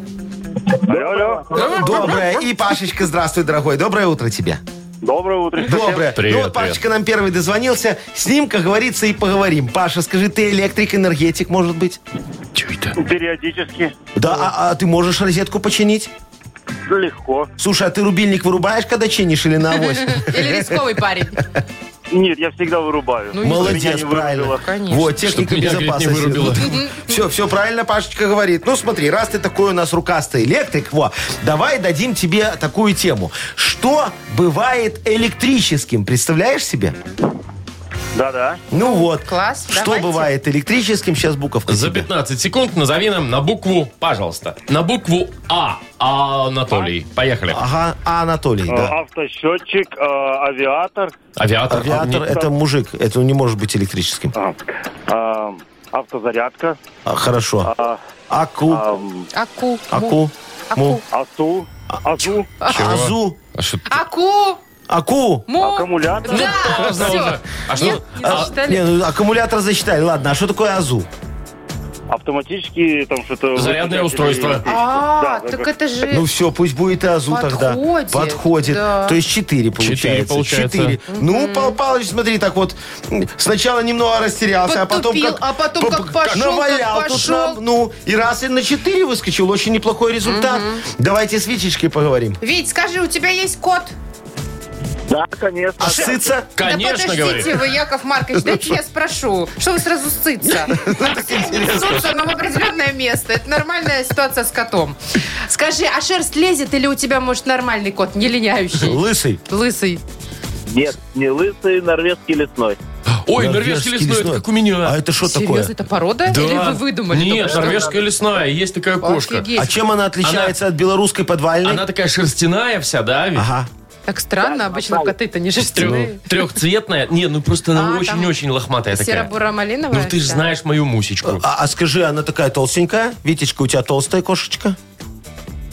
[SPEAKER 4] Доброе. И Пашечка, здравствуй, дорогой. Доброе утро тебе.
[SPEAKER 5] Доброе утро.
[SPEAKER 4] Доброе.
[SPEAKER 2] Привет,
[SPEAKER 4] ну
[SPEAKER 2] привет.
[SPEAKER 4] вот Пашечка нам первый дозвонился. С ним, как говорится, и поговорим. Паша, скажи, ты электрик, энергетик, может быть?
[SPEAKER 2] Чё это?
[SPEAKER 5] Периодически.
[SPEAKER 4] Да, а, а ты можешь розетку починить?
[SPEAKER 5] Легко.
[SPEAKER 4] Слушай, а ты рубильник вырубаешь, когда чинишь или на авось?
[SPEAKER 3] Или рисковый парень.
[SPEAKER 5] Нет, я всегда вырубаю.
[SPEAKER 3] Ну,
[SPEAKER 4] Молодец,
[SPEAKER 5] Меня не
[SPEAKER 4] правильно.
[SPEAKER 5] вырубило.
[SPEAKER 3] Конечно.
[SPEAKER 4] Вот, техника
[SPEAKER 2] Чтоб меня, говорит, не вырубило.
[SPEAKER 4] безопасности. Все, все правильно Пашечка говорит. Ну смотри, раз ты такой у нас рукастый электрик, во, давай дадим тебе такую тему. Что бывает электрическим, представляешь себе?
[SPEAKER 5] Да-да.
[SPEAKER 4] Ну вот.
[SPEAKER 3] Класс,
[SPEAKER 4] Что
[SPEAKER 3] давайте.
[SPEAKER 4] бывает электрическим? Сейчас буковка.
[SPEAKER 2] За
[SPEAKER 4] тебе.
[SPEAKER 2] 15 секунд назови нам на букву, пожалуйста. На букву А. Анатолий. Поехали.
[SPEAKER 4] Ага, а Анатолий,
[SPEAKER 5] Э,
[SPEAKER 4] да.
[SPEAKER 5] Автосчетчик, э, авиатор.
[SPEAKER 2] Авиатор.
[SPEAKER 4] Авиатор
[SPEAKER 2] Не-
[SPEAKER 4] это мужик, это не может быть электрическим.
[SPEAKER 5] а, а, Автозарядка.
[SPEAKER 4] А, хорошо.
[SPEAKER 5] а,
[SPEAKER 4] Аку,
[SPEAKER 5] ам,
[SPEAKER 3] Аку.
[SPEAKER 4] аку,
[SPEAKER 3] Аку.
[SPEAKER 4] му.
[SPEAKER 5] АСУ.
[SPEAKER 2] А.
[SPEAKER 5] АЗУ.
[SPEAKER 2] Чего?
[SPEAKER 4] азу,
[SPEAKER 2] А что ты-
[SPEAKER 3] Аку.
[SPEAKER 4] аку.
[SPEAKER 3] Му.
[SPEAKER 5] Аккумулятор.
[SPEAKER 3] Да,
[SPEAKER 2] Поздно
[SPEAKER 3] все.
[SPEAKER 2] уже. А что?
[SPEAKER 3] Нет, не засчитали.
[SPEAKER 4] Не, ну, аккумулятор засчитали. Ладно, а что такое азу?
[SPEAKER 5] Автоматически там что-то...
[SPEAKER 2] Зарядное устройство.
[SPEAKER 5] Да,
[SPEAKER 3] А,
[SPEAKER 5] да,
[SPEAKER 3] так
[SPEAKER 5] да.
[SPEAKER 3] это же...
[SPEAKER 4] Ну все, пусть будет и Азу
[SPEAKER 3] Подходит,
[SPEAKER 4] тогда. Подходит.
[SPEAKER 3] да.
[SPEAKER 4] То есть 4 получается.
[SPEAKER 2] Четыре получается.
[SPEAKER 4] Четыре. Ну, Пал Палыч, смотри, так вот, м, сначала немного растерялся,
[SPEAKER 3] Подтупил,
[SPEAKER 4] а потом как...
[SPEAKER 3] а потом как
[SPEAKER 4] поп-
[SPEAKER 3] пошел, как
[SPEAKER 4] навалял тут
[SPEAKER 3] пошел.
[SPEAKER 4] нам, ну, и раз и на 4 выскочил, очень неплохой результат. Давайте с Витечкой поговорим.
[SPEAKER 3] Вить, скажи, у тебя есть кот?
[SPEAKER 5] Да, конечно.
[SPEAKER 4] А сыться?
[SPEAKER 2] Конечно,
[SPEAKER 3] да
[SPEAKER 2] говорит.
[SPEAKER 3] подождите вы, Яков Маркович, дайте я спрошу. Что вы сразу сыться? Ссутся нам определенное место. Это нормальная ситуация с котом. Скажи, а шерсть лезет или у тебя, может, нормальный кот, не линяющий?
[SPEAKER 4] Лысый.
[SPEAKER 3] Лысый.
[SPEAKER 5] Нет, не лысый, норвежский лесной.
[SPEAKER 2] Ой, норвежский лесной, это как у меня.
[SPEAKER 4] А это что
[SPEAKER 3] Серьезно,
[SPEAKER 4] такое?
[SPEAKER 3] это порода?
[SPEAKER 2] Да.
[SPEAKER 3] Или вы выдумали? только
[SPEAKER 2] Нет,
[SPEAKER 3] что?
[SPEAKER 2] норвежская лесная. Есть такая кошка.
[SPEAKER 3] Офигеть.
[SPEAKER 4] А чем она отличается от белорусской подвальной?
[SPEAKER 2] Она такая шерстяная вся, да, ведь?
[SPEAKER 4] Ага.
[SPEAKER 3] Так странно, обычно коты-то не
[SPEAKER 2] Трё-
[SPEAKER 3] шерстяные.
[SPEAKER 2] Трехцветная. Не, ну просто
[SPEAKER 3] Ну. А,
[SPEAKER 2] она
[SPEAKER 3] там
[SPEAKER 2] очень-очень лохматая Ну, такая.
[SPEAKER 3] Серо-буро-малиновая?
[SPEAKER 2] Ну ты же
[SPEAKER 3] вся?
[SPEAKER 2] знаешь мою мусечку.
[SPEAKER 4] А, а скажи, она такая толстенькая? Витечка, у тебя толстая кошечка?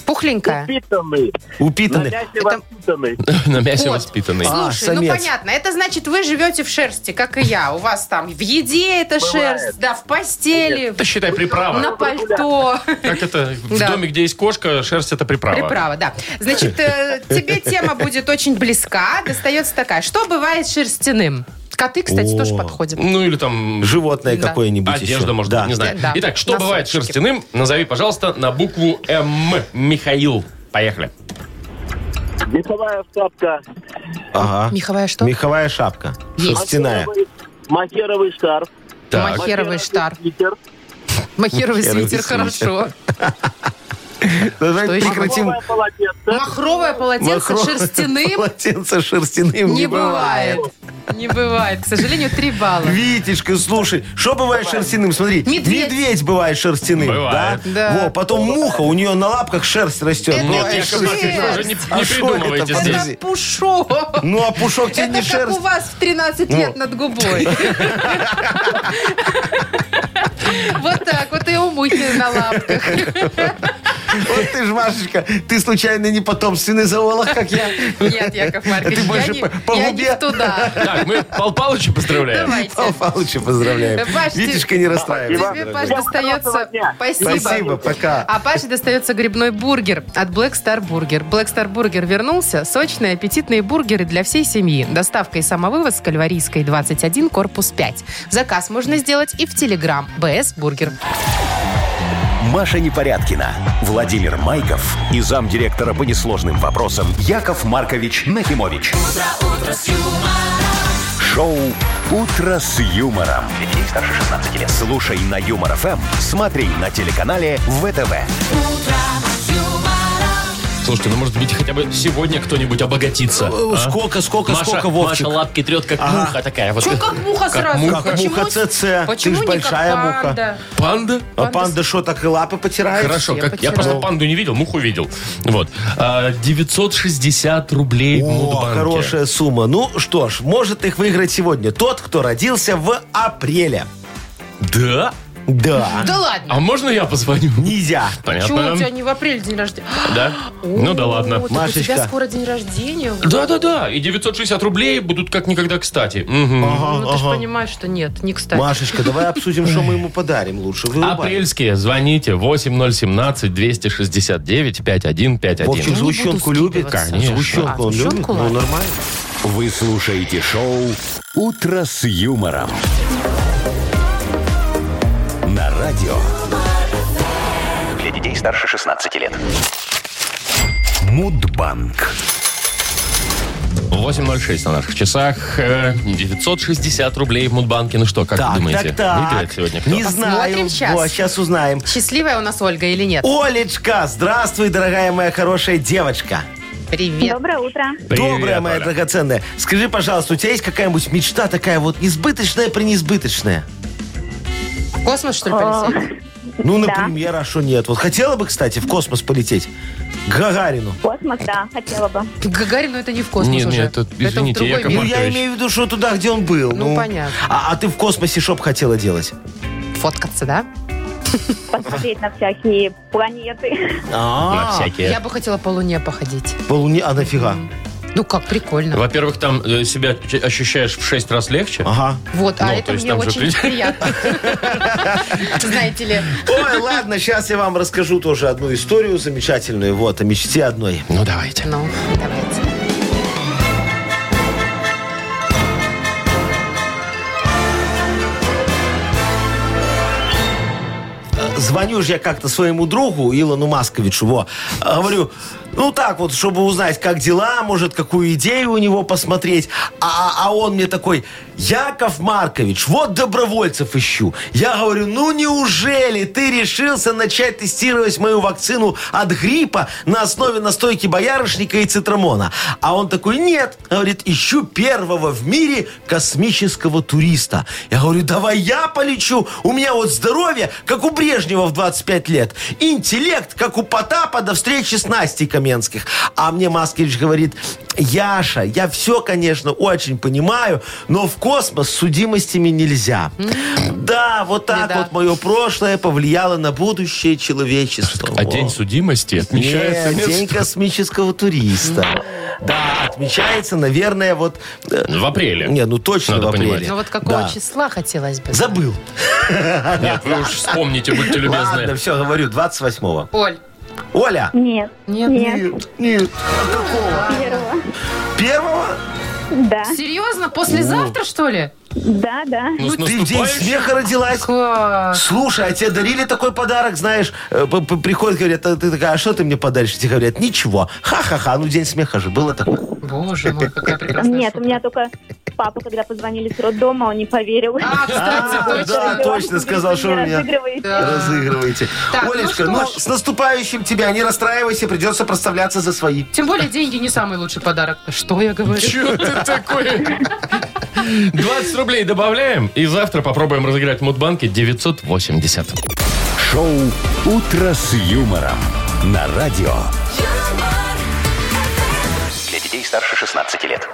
[SPEAKER 3] Пухленькая.
[SPEAKER 5] Питанный.
[SPEAKER 4] Упитанная?
[SPEAKER 5] навязчиво
[SPEAKER 3] Это-
[SPEAKER 5] питанный.
[SPEAKER 2] На мясе
[SPEAKER 3] Вот.
[SPEAKER 2] воспитанный.
[SPEAKER 4] А,
[SPEAKER 3] Слушай, ну
[SPEAKER 4] самец.
[SPEAKER 3] понятно, это значит, вы живете в шерсти, как и я. У вас там в еде это шерсть, да, в постели,
[SPEAKER 2] Это считай
[SPEAKER 3] на
[SPEAKER 2] приправа.
[SPEAKER 3] пальто.
[SPEAKER 2] Как это? В
[SPEAKER 3] Да.
[SPEAKER 2] доме, где есть кошка, шерсть это приправа.
[SPEAKER 3] Приправа, да. Значит, э, тебе тема будет очень близка. Достается такая. Что бывает шерстяным? Коты, кстати,
[SPEAKER 4] О.
[SPEAKER 3] тоже подходят.
[SPEAKER 2] Ну или там
[SPEAKER 4] Животное
[SPEAKER 3] Да.
[SPEAKER 4] какое-нибудь
[SPEAKER 2] одежда,
[SPEAKER 4] еще.
[SPEAKER 2] может
[SPEAKER 4] да.
[SPEAKER 2] быть, не знаю.
[SPEAKER 3] Да.
[SPEAKER 2] Итак, что
[SPEAKER 3] Носочки.
[SPEAKER 2] бывает шерстяным? Назови, пожалуйста, на букву М. Михаил. Поехали.
[SPEAKER 5] Весовая вставка.
[SPEAKER 4] Ага.
[SPEAKER 3] Меховая что?
[SPEAKER 4] Меховая шапка.
[SPEAKER 3] Есть.
[SPEAKER 4] Шерстяная.
[SPEAKER 5] Махеровый шарф.
[SPEAKER 2] Так.
[SPEAKER 3] Махеровый штар.
[SPEAKER 5] Питер.
[SPEAKER 3] Махеровый
[SPEAKER 4] Махеровый
[SPEAKER 3] свитер,
[SPEAKER 4] свитер.
[SPEAKER 3] хорошо.
[SPEAKER 4] Давай
[SPEAKER 3] Что еще?
[SPEAKER 4] прекратим.
[SPEAKER 5] полотенце.
[SPEAKER 3] Махровое полотенце
[SPEAKER 4] Махро-
[SPEAKER 3] шерстяным
[SPEAKER 4] Полотенце шерстяным
[SPEAKER 3] не бывает. Не бывает. К сожалению, три балла.
[SPEAKER 4] Витечка, слушай, что бывает шерстяным? Смотри,
[SPEAKER 3] Медведь.
[SPEAKER 4] бывает шерстяным,
[SPEAKER 2] Бывает.
[SPEAKER 4] да?
[SPEAKER 3] Да.
[SPEAKER 4] Во, потом муха, у нее на лапках шерсть растет.
[SPEAKER 3] Это
[SPEAKER 4] Бывает
[SPEAKER 3] Яков
[SPEAKER 4] шерсть.
[SPEAKER 3] Маркович, вы
[SPEAKER 2] уже не-
[SPEAKER 4] А
[SPEAKER 2] не
[SPEAKER 4] шо
[SPEAKER 2] придумывайте
[SPEAKER 4] это,
[SPEAKER 2] здесь.
[SPEAKER 4] подожди.
[SPEAKER 3] Это пушок.
[SPEAKER 4] Ну, а пушок тебе
[SPEAKER 3] Это
[SPEAKER 4] не
[SPEAKER 3] как
[SPEAKER 4] шерсть.
[SPEAKER 3] у вас в 13 лет над губой. Вот так вот и у мухи на лапках.
[SPEAKER 4] Вот ты ж, Машечка, ты случайно не потомственный зоолог, как я?
[SPEAKER 3] Нет, Яков Маркович,
[SPEAKER 4] Ты
[SPEAKER 3] я
[SPEAKER 4] больше
[SPEAKER 3] не,
[SPEAKER 4] по- по
[SPEAKER 3] я
[SPEAKER 4] губе?
[SPEAKER 3] не туда.
[SPEAKER 2] Так, мы Пал Палыча поздравляем.
[SPEAKER 3] Давайте.
[SPEAKER 4] Павел Павловича поздравляем.
[SPEAKER 3] Паш, ты-
[SPEAKER 4] Витюшка, не расстраивайся.
[SPEAKER 3] Тебе, Паш,
[SPEAKER 4] дорогой.
[SPEAKER 3] достается... Спасибо.
[SPEAKER 4] Спасибо, пока.
[SPEAKER 3] А Паше достается грибной бургер от Black Star Burger. Black Star Burger вернулся. Сочные, аппетитные бургеры для всей семьи. Доставка и самовывоз с Кальварийской 21, корпус 5. Заказ можно сделать и в Телеграм. БС Бургер.
[SPEAKER 1] Маша Непорядкина, Владимир Майков и замдиректора по несложным вопросам Яков Маркович Нахимович. Шоу Утро с юмором. Детей старше 16 лет. Слушай на юмор ФМ, смотри на телеканале ВТВ.
[SPEAKER 2] Слушайте, ну может быть хотя бы сегодня кто-нибудь обогатится.
[SPEAKER 4] Э,
[SPEAKER 2] а?
[SPEAKER 4] Сколько, сколько,
[SPEAKER 2] Маша,
[SPEAKER 4] сколько, Вовчик?
[SPEAKER 2] Маша лапки трет, как
[SPEAKER 4] Ага.
[SPEAKER 2] муха такая. Вот.
[SPEAKER 3] Че, как муха сразу?
[SPEAKER 2] муха.
[SPEAKER 4] Как муха ЦЦ. Ты
[SPEAKER 3] Почему
[SPEAKER 4] ж
[SPEAKER 3] не
[SPEAKER 4] большая
[SPEAKER 3] как
[SPEAKER 4] муха.
[SPEAKER 3] панда?
[SPEAKER 2] Панда?
[SPEAKER 4] А панда что, так и лапы потирает?
[SPEAKER 2] Хорошо,
[SPEAKER 3] я
[SPEAKER 2] как, я просто
[SPEAKER 3] потеряла.
[SPEAKER 2] панду не видел, муху видел. Вот. А, 960 рублей в
[SPEAKER 4] О,
[SPEAKER 2] Мудбанке.
[SPEAKER 4] хорошая сумма. Ну что ж, может их выиграть сегодня тот, кто родился в апреле.
[SPEAKER 2] Да?
[SPEAKER 4] Да.
[SPEAKER 3] Да ладно.
[SPEAKER 2] А можно я позвоню?
[SPEAKER 4] Нельзя.
[SPEAKER 2] Понятно.
[SPEAKER 3] Почему у тебя не в апреле день рождения?
[SPEAKER 2] Да? Ну да
[SPEAKER 3] О,
[SPEAKER 2] ладно.
[SPEAKER 3] так У тебя
[SPEAKER 4] Машечка.
[SPEAKER 3] скоро день рождения.
[SPEAKER 2] Да-да-да, и 960 рублей будут как никогда кстати. Мгм.
[SPEAKER 4] Ага,
[SPEAKER 3] Ну, ты же
[SPEAKER 4] А, ага.
[SPEAKER 3] понимаешь, что нет, не кстати.
[SPEAKER 4] Машечка, давай обсудим, что мы ему подарим лучше. Вырубай.
[SPEAKER 2] Апрельские, звоните 8017-269-5151.
[SPEAKER 4] Вовчик
[SPEAKER 3] буду
[SPEAKER 4] сгущенку любит?
[SPEAKER 3] скидываться. Конечно.
[SPEAKER 4] Сгущенку
[SPEAKER 3] А,
[SPEAKER 4] он любит?
[SPEAKER 3] сгущенку
[SPEAKER 4] Ну,
[SPEAKER 3] ладно.
[SPEAKER 4] нормально.
[SPEAKER 1] Вы слушаете шоу Утро с юмором. На радио
[SPEAKER 6] Для детей старше 16 лет.
[SPEAKER 1] Мудбанк.
[SPEAKER 2] 8.06 на наших часах. э, 960 рублей в Мудбанке. Ну что, как
[SPEAKER 4] Так,
[SPEAKER 2] вы думаете,
[SPEAKER 4] так, так.
[SPEAKER 2] выиграет сегодня кто?
[SPEAKER 4] Не знаю.
[SPEAKER 3] Посмотрим щас.
[SPEAKER 4] Вот, сейчас узнаем.
[SPEAKER 3] Счастливая у нас Ольга или нет?
[SPEAKER 4] Олечка, здравствуй, дорогая моя хорошая девочка.
[SPEAKER 3] Привет.
[SPEAKER 7] Доброе утро.
[SPEAKER 2] Привет,
[SPEAKER 4] Добрая моя
[SPEAKER 2] Оля.
[SPEAKER 4] драгоценная. Скажи, пожалуйста, у тебя есть какая-нибудь мечта такая вот несбыточная, пренесбыточная?
[SPEAKER 3] В Космос, что ли,
[SPEAKER 7] А.
[SPEAKER 3] полетели?
[SPEAKER 4] Ну,
[SPEAKER 7] Да.
[SPEAKER 4] например, а что нет? Вот хотела бы, кстати, в космос полететь? К Гагарину.
[SPEAKER 2] А
[SPEAKER 7] Космос, да, хотела бы.
[SPEAKER 3] К Гагарину ну, это не в космос
[SPEAKER 2] Нет,
[SPEAKER 3] уже.
[SPEAKER 2] нет, это,
[SPEAKER 3] в
[SPEAKER 2] извините,
[SPEAKER 3] другой
[SPEAKER 2] Яков
[SPEAKER 4] Ну,
[SPEAKER 3] мир.
[SPEAKER 4] я
[SPEAKER 2] Маркович.
[SPEAKER 4] имею в виду, что туда, где он был.
[SPEAKER 3] Ну, понятно.
[SPEAKER 4] А, а ты в космосе что бы хотела делать?
[SPEAKER 3] Фоткаться, да?
[SPEAKER 7] Посмотреть на всякие планеты.
[SPEAKER 2] На
[SPEAKER 4] А,
[SPEAKER 2] всякие.
[SPEAKER 3] Я бы хотела по Луне походить.
[SPEAKER 4] по Луне, а нафига?
[SPEAKER 3] Ну как, прикольно. Вот,
[SPEAKER 2] Во-первых, там э, себя ч- ощущаешь в 6 раз легче.
[SPEAKER 4] Ага.
[SPEAKER 3] а
[SPEAKER 2] Ну, то
[SPEAKER 3] это
[SPEAKER 2] есть
[SPEAKER 3] мне
[SPEAKER 2] там же
[SPEAKER 3] очень
[SPEAKER 2] прилет-
[SPEAKER 3] приятно. Знаете ли.
[SPEAKER 4] Ой, ладно, сейчас я вам расскажу тоже одну историю замечательную, вот, о мечте одной.
[SPEAKER 2] Ну, давайте.
[SPEAKER 3] Ну, давайте.
[SPEAKER 4] Звоню же я как-то своему другу Илону Масковичу, во, А говорю, ну так вот, чтобы узнать, как дела, может, какую идею у него посмотреть, а, а- а он мне такой, Яков Маркович, вот добровольцев ищу. Я говорю, ну неужели ты решился начать тестировать мою вакцину от гриппа на основе настойки боярышника и цитрамона? А он такой, нет, говорит, ищу первого в мире космического туриста. Я говорю, давай я полечу, у меня вот здоровье, как у Брежнева в 25 лет, интеллект, как у Потапа до встречи с Настей Каменских. А мне Маскевич говорит, Яша, я все, конечно, очень понимаю, но в космос с судимостями нельзя. Да, вот так
[SPEAKER 3] Беда.
[SPEAKER 4] вот мое прошлое повлияло на будущее человечества.
[SPEAKER 2] А день
[SPEAKER 4] Во.
[SPEAKER 2] судимости отмечается...
[SPEAKER 4] Нет,
[SPEAKER 2] нет?
[SPEAKER 4] день космического туриста. Да, отмечается, наверное, вот... э,
[SPEAKER 2] В апреле.
[SPEAKER 4] Не, ну точно
[SPEAKER 2] Надо
[SPEAKER 4] в апреле.
[SPEAKER 2] понимать.
[SPEAKER 3] Ну вот какого
[SPEAKER 4] Да.
[SPEAKER 3] числа хотелось бы?
[SPEAKER 4] Забыл.
[SPEAKER 2] Нет, вы уж вспомните, будьте
[SPEAKER 4] Ладно,
[SPEAKER 2] любезны.
[SPEAKER 4] все, говорю, 28-го.
[SPEAKER 3] Оль,
[SPEAKER 4] Оля!
[SPEAKER 7] Нет.
[SPEAKER 3] Нет.
[SPEAKER 4] Нет, нет.
[SPEAKER 7] Первого.
[SPEAKER 4] Первого?
[SPEAKER 7] Да,
[SPEAKER 3] серьезно? Послезавтра, что ли?
[SPEAKER 7] да, да.
[SPEAKER 2] Ну, с
[SPEAKER 4] Ты в день
[SPEAKER 2] наступающим.
[SPEAKER 4] смеха родилась?
[SPEAKER 3] Как?
[SPEAKER 4] Слушай, а тебе дарили такой подарок, знаешь, э, п- п- приходят, говорят, а ты такая, а что ты мне подаришь? Тебе говорят, ничего. Ха-ха-ха, ну день смеха же, было такое.
[SPEAKER 3] Боже мой, какая прекрасная
[SPEAKER 7] Нет, у
[SPEAKER 3] шутка.
[SPEAKER 7] меня только папа, когда позвонили с роддома, он не поверил.
[SPEAKER 3] А, кстати,
[SPEAKER 4] А,
[SPEAKER 3] точно.
[SPEAKER 4] да, точно сказал, что у меня.
[SPEAKER 3] Да.
[SPEAKER 4] Разыгрываете.
[SPEAKER 3] Так, ну
[SPEAKER 4] Олечка,
[SPEAKER 3] что
[SPEAKER 4] ну,
[SPEAKER 3] ж.
[SPEAKER 4] с наступающим тебя, не расстраивайся, придется проставляться за свои.
[SPEAKER 3] Тем более деньги не самый лучший подарок. Что я говорю?
[SPEAKER 2] Чё ты такой? 20 рублей добавляем, и завтра попробуем разыграть в Мудбанке 980.
[SPEAKER 1] Шоу Утро с юмором. На радио
[SPEAKER 6] Для детей старше 16 лет.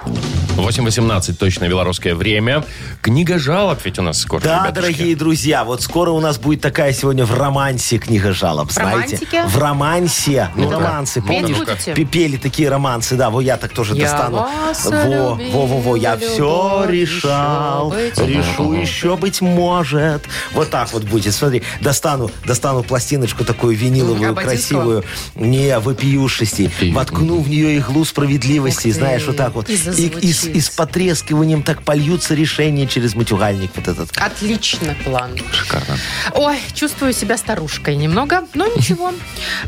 [SPEAKER 2] 8.18, точное белорусское время. Книга жалоб ведь у нас скоро,
[SPEAKER 4] Да,
[SPEAKER 2] ребятушки.
[SPEAKER 4] дорогие друзья, вот скоро у нас будет такая сегодня в романсе книга жалоб, знаете?
[SPEAKER 3] романтике?
[SPEAKER 4] В романсе. Ну, романсы,
[SPEAKER 3] петь
[SPEAKER 4] помнишь?
[SPEAKER 3] будете?
[SPEAKER 4] Пе- Пели такие романсы, да, вот я так тоже
[SPEAKER 3] Я
[SPEAKER 4] достану.
[SPEAKER 3] вас
[SPEAKER 4] Во,
[SPEAKER 3] любил,
[SPEAKER 4] во, во, во, я
[SPEAKER 3] любовь
[SPEAKER 4] все
[SPEAKER 3] еще
[SPEAKER 4] решал,
[SPEAKER 3] быть
[SPEAKER 4] решу
[SPEAKER 3] может.
[SPEAKER 4] еще быть может. Вот так вот будет, смотри, достану, достану пластиночку такую виниловую,
[SPEAKER 3] Ободинского?
[SPEAKER 4] красивую, не, вопиюшести, воткну в нее иглу справедливости,
[SPEAKER 3] Ух ты.
[SPEAKER 4] знаешь, вот так вот.
[SPEAKER 3] И
[SPEAKER 4] и с- и с
[SPEAKER 3] зазвучит.
[SPEAKER 4] потрескиванием так польются решения через матюгальник вот этот.
[SPEAKER 3] Отлично план. Шикарно. Ой, чувствую себя старушкой немного, но ничего.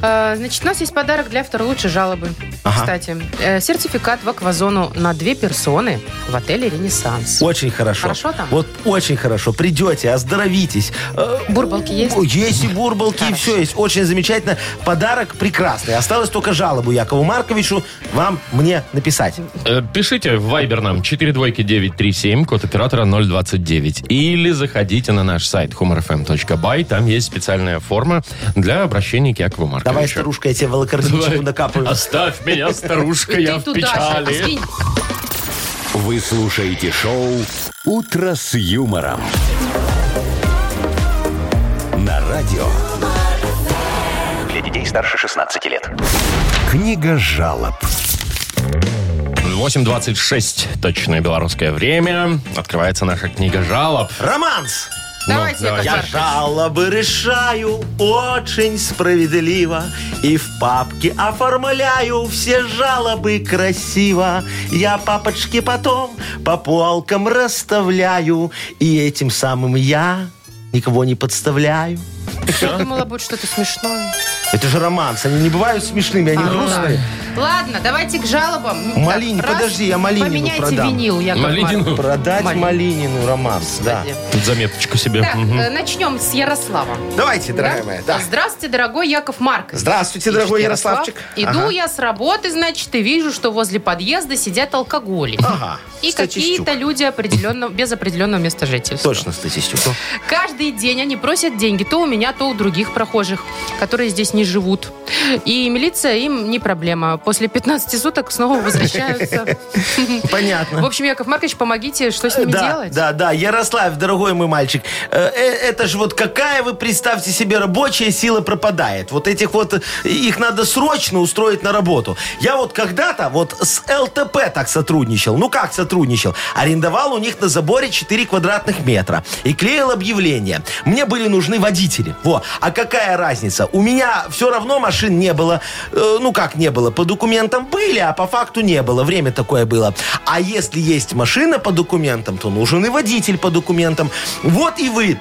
[SPEAKER 3] Э, Значит, у нас есть подарок для автора лучшей жалобы.
[SPEAKER 4] Ага.
[SPEAKER 3] Кстати, Э, сертификат в аквазону на две персоны в отеле «Ренессанс».
[SPEAKER 4] Очень хорошо.
[SPEAKER 3] Хорошо там?
[SPEAKER 4] Вот очень хорошо. Придете, оздоровитесь. Э,
[SPEAKER 3] Бурбалки есть?
[SPEAKER 4] Есть и бурбалки, и все есть. Очень замечательно. Подарок прекрасный. Осталось только жалобу Якову Марковичу вам мне написать.
[SPEAKER 2] Э, Пишите в Viber нам 42937, код оператора 029. Или заходите на наш сайт humorfm.by. Там есть специальная форма для обращения к Якову Марковичу.
[SPEAKER 4] Давай, старушка, я тебе волокордичку
[SPEAKER 2] Давай.
[SPEAKER 4] накапаю.
[SPEAKER 2] Оставь меня, старушка, я в
[SPEAKER 3] же, а
[SPEAKER 2] печали.
[SPEAKER 3] скинь.
[SPEAKER 4] Ну,
[SPEAKER 1] Вы слушаете шоу «Утро с юмором». На радио.
[SPEAKER 6] Для детей старше 16 лет.
[SPEAKER 1] Книга жалоб.
[SPEAKER 2] 8.26, точное белорусское время. Открывается наша книга жалоб.
[SPEAKER 4] Романс!
[SPEAKER 2] Ну,
[SPEAKER 3] Давайте, Яков
[SPEAKER 2] давайте.
[SPEAKER 4] Я
[SPEAKER 3] Маркович.
[SPEAKER 4] жалобы решаю очень справедливо И в папке оформляю все жалобы красиво Я папочки потом по полкам расставляю И этим самым я никого не подставляю
[SPEAKER 3] Я думала, будет что-то смешное.
[SPEAKER 4] Это же романс, они не бывают смешными, они
[SPEAKER 3] А, ну
[SPEAKER 4] грустные
[SPEAKER 3] да. Ладно, давайте к жалобам. Так,
[SPEAKER 4] Малинь,
[SPEAKER 3] раз,
[SPEAKER 4] подожди, я малинину
[SPEAKER 3] Поменяйте
[SPEAKER 4] продам.
[SPEAKER 3] винил, Яков
[SPEAKER 2] Малинину?
[SPEAKER 3] Маркович.
[SPEAKER 4] Продать
[SPEAKER 3] Малин.
[SPEAKER 4] Малинину романс, да
[SPEAKER 2] Тут заметочку себе.
[SPEAKER 3] Так,
[SPEAKER 2] Мгм.
[SPEAKER 3] э, начнем с Ярослава.
[SPEAKER 4] Давайте, дорогая
[SPEAKER 3] Да?
[SPEAKER 4] моя, да
[SPEAKER 3] Здравствуйте, дорогой Яков Маркович.
[SPEAKER 4] Здравствуйте,
[SPEAKER 3] Пишет
[SPEAKER 4] дорогой
[SPEAKER 3] Ярослав.
[SPEAKER 4] Ярославчик.
[SPEAKER 3] Иду
[SPEAKER 4] Ага.
[SPEAKER 3] я с работы, значит, и вижу, что возле подъезда сидят алкоголики.
[SPEAKER 4] Ага,
[SPEAKER 3] И
[SPEAKER 4] статистюк.
[SPEAKER 3] какие-то люди определенного, без определенного места жительства.
[SPEAKER 4] Точно статистику.
[SPEAKER 3] Каждый день они просят деньги то у меня, то у других прохожих, которые здесь не живут. И милиция им не проблема. После 15 суток снова возвращаются.
[SPEAKER 4] Понятно.
[SPEAKER 3] В общем, Яков Маркович, помогите, что с ними
[SPEAKER 4] да,
[SPEAKER 3] делать?
[SPEAKER 4] Да, да, Ярослав, дорогой мой мальчик, э, э, это же вот какая, вы представьте себе, рабочая сила пропадает. Вот этих вот, э, их надо срочно устроить на работу. Я вот когда-то вот с ЛТП так сотрудничал. Ну как сотрудничал? Арендовал у них на заборе 4 квадратных метра и клеил объявление. Мне были нужны водители. Во. А какая разница? У меня все равно машин не было. Э, ну как не было? По документам были, а по факту не было. Время такое было. А если есть машина по документам, то нужен и водитель по документам. Вот и вы.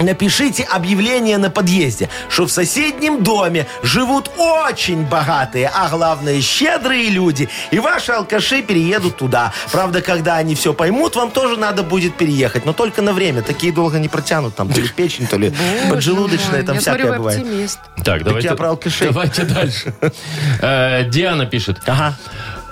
[SPEAKER 4] Напишите объявление на подъезде, что в соседнем доме живут очень богатые, а главное щедрые люди, и ваши алкаши переедут туда. Правда, когда они все поймут, вам тоже надо будет переехать, но только на время. Такие долго не протянут, там то ли печень, то ли поджелудочная,
[SPEAKER 3] Боже мой,
[SPEAKER 4] там
[SPEAKER 3] я смотрю,
[SPEAKER 4] всякое
[SPEAKER 3] вы
[SPEAKER 4] бывает.
[SPEAKER 3] оптимист.
[SPEAKER 2] Так, давайте,
[SPEAKER 4] я про алкашей.
[SPEAKER 2] давайте дальше. Э, Диана пишет.
[SPEAKER 4] Ага.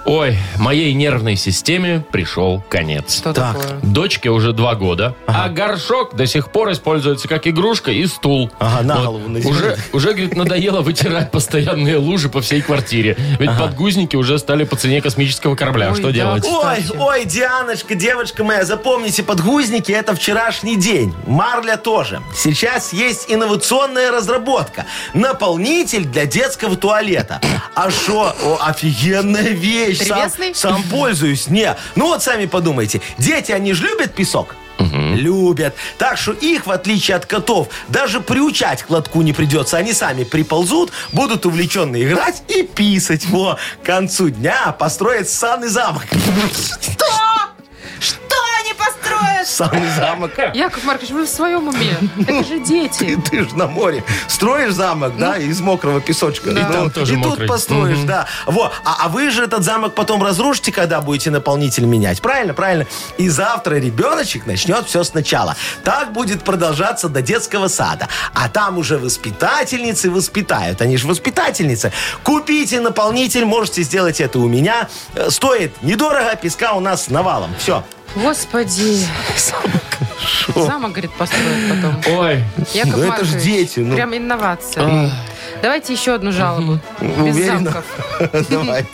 [SPEAKER 2] Ой, моей нервной системе пришел конец.
[SPEAKER 3] Что
[SPEAKER 4] Так.
[SPEAKER 3] такое?
[SPEAKER 2] Дочке уже два года, а горшок до сих пор используется как игрушка и стул.
[SPEAKER 4] Ага, на голову надевает.
[SPEAKER 2] уже, уже, говорит, надоело вытирать постоянные лужи по всей квартире. Ведь подгузники уже стали по цене космического корабля.
[SPEAKER 3] Ой,
[SPEAKER 2] Что
[SPEAKER 3] да.
[SPEAKER 2] делать?
[SPEAKER 4] Ой,
[SPEAKER 3] Кстати.
[SPEAKER 4] ой, Дианочка, девочка моя, запомните, подгузники это вчерашний день. Марля тоже. Сейчас есть инновационная разработка. Наполнитель для детского туалета. А что? О, офигенная вещь. Сам,
[SPEAKER 3] Древесный?
[SPEAKER 4] сам пользуюсь. Не. Ну вот сами подумайте. Дети, они же любят песок? Любят. Так что их, в отличие от котов, даже приучать к лотку не придется. Они сами приползут, будут увлеченно играть и писать. Во, к концу дня построят санный замок.
[SPEAKER 3] Что они построят?
[SPEAKER 4] Санный замок.
[SPEAKER 3] Яков Маркович, вы в своем уме. Это же
[SPEAKER 4] Ты,
[SPEAKER 3] дети.
[SPEAKER 4] ты же на море. Строишь замок, да, из мокрого песочка.
[SPEAKER 2] Ну.
[SPEAKER 4] Ну,
[SPEAKER 2] И там тоже
[SPEAKER 4] и
[SPEAKER 2] мокрый.
[SPEAKER 4] тут построишь, да. Во. А, а вы же этот замок потом разрушите, когда будете наполнитель менять. Правильно, правильно. И завтра ребеночек начнет все сначала. Так будет продолжаться до детского сада. А там уже воспитательницы воспитают. Они же воспитательницы. Купите наполнитель, можете сделать это у меня. Э, Стоит недорого, песка у нас навалом. Все.
[SPEAKER 3] Господи. Замок, говорит, построят потом.
[SPEAKER 2] Ой,
[SPEAKER 3] Яков
[SPEAKER 4] Ну, это ж
[SPEAKER 3] Маркович,
[SPEAKER 4] дети, ну.
[SPEAKER 3] Прям инновация. Давайте еще одну жалобу. Без
[SPEAKER 4] Уверена?
[SPEAKER 3] замков.
[SPEAKER 4] Давай.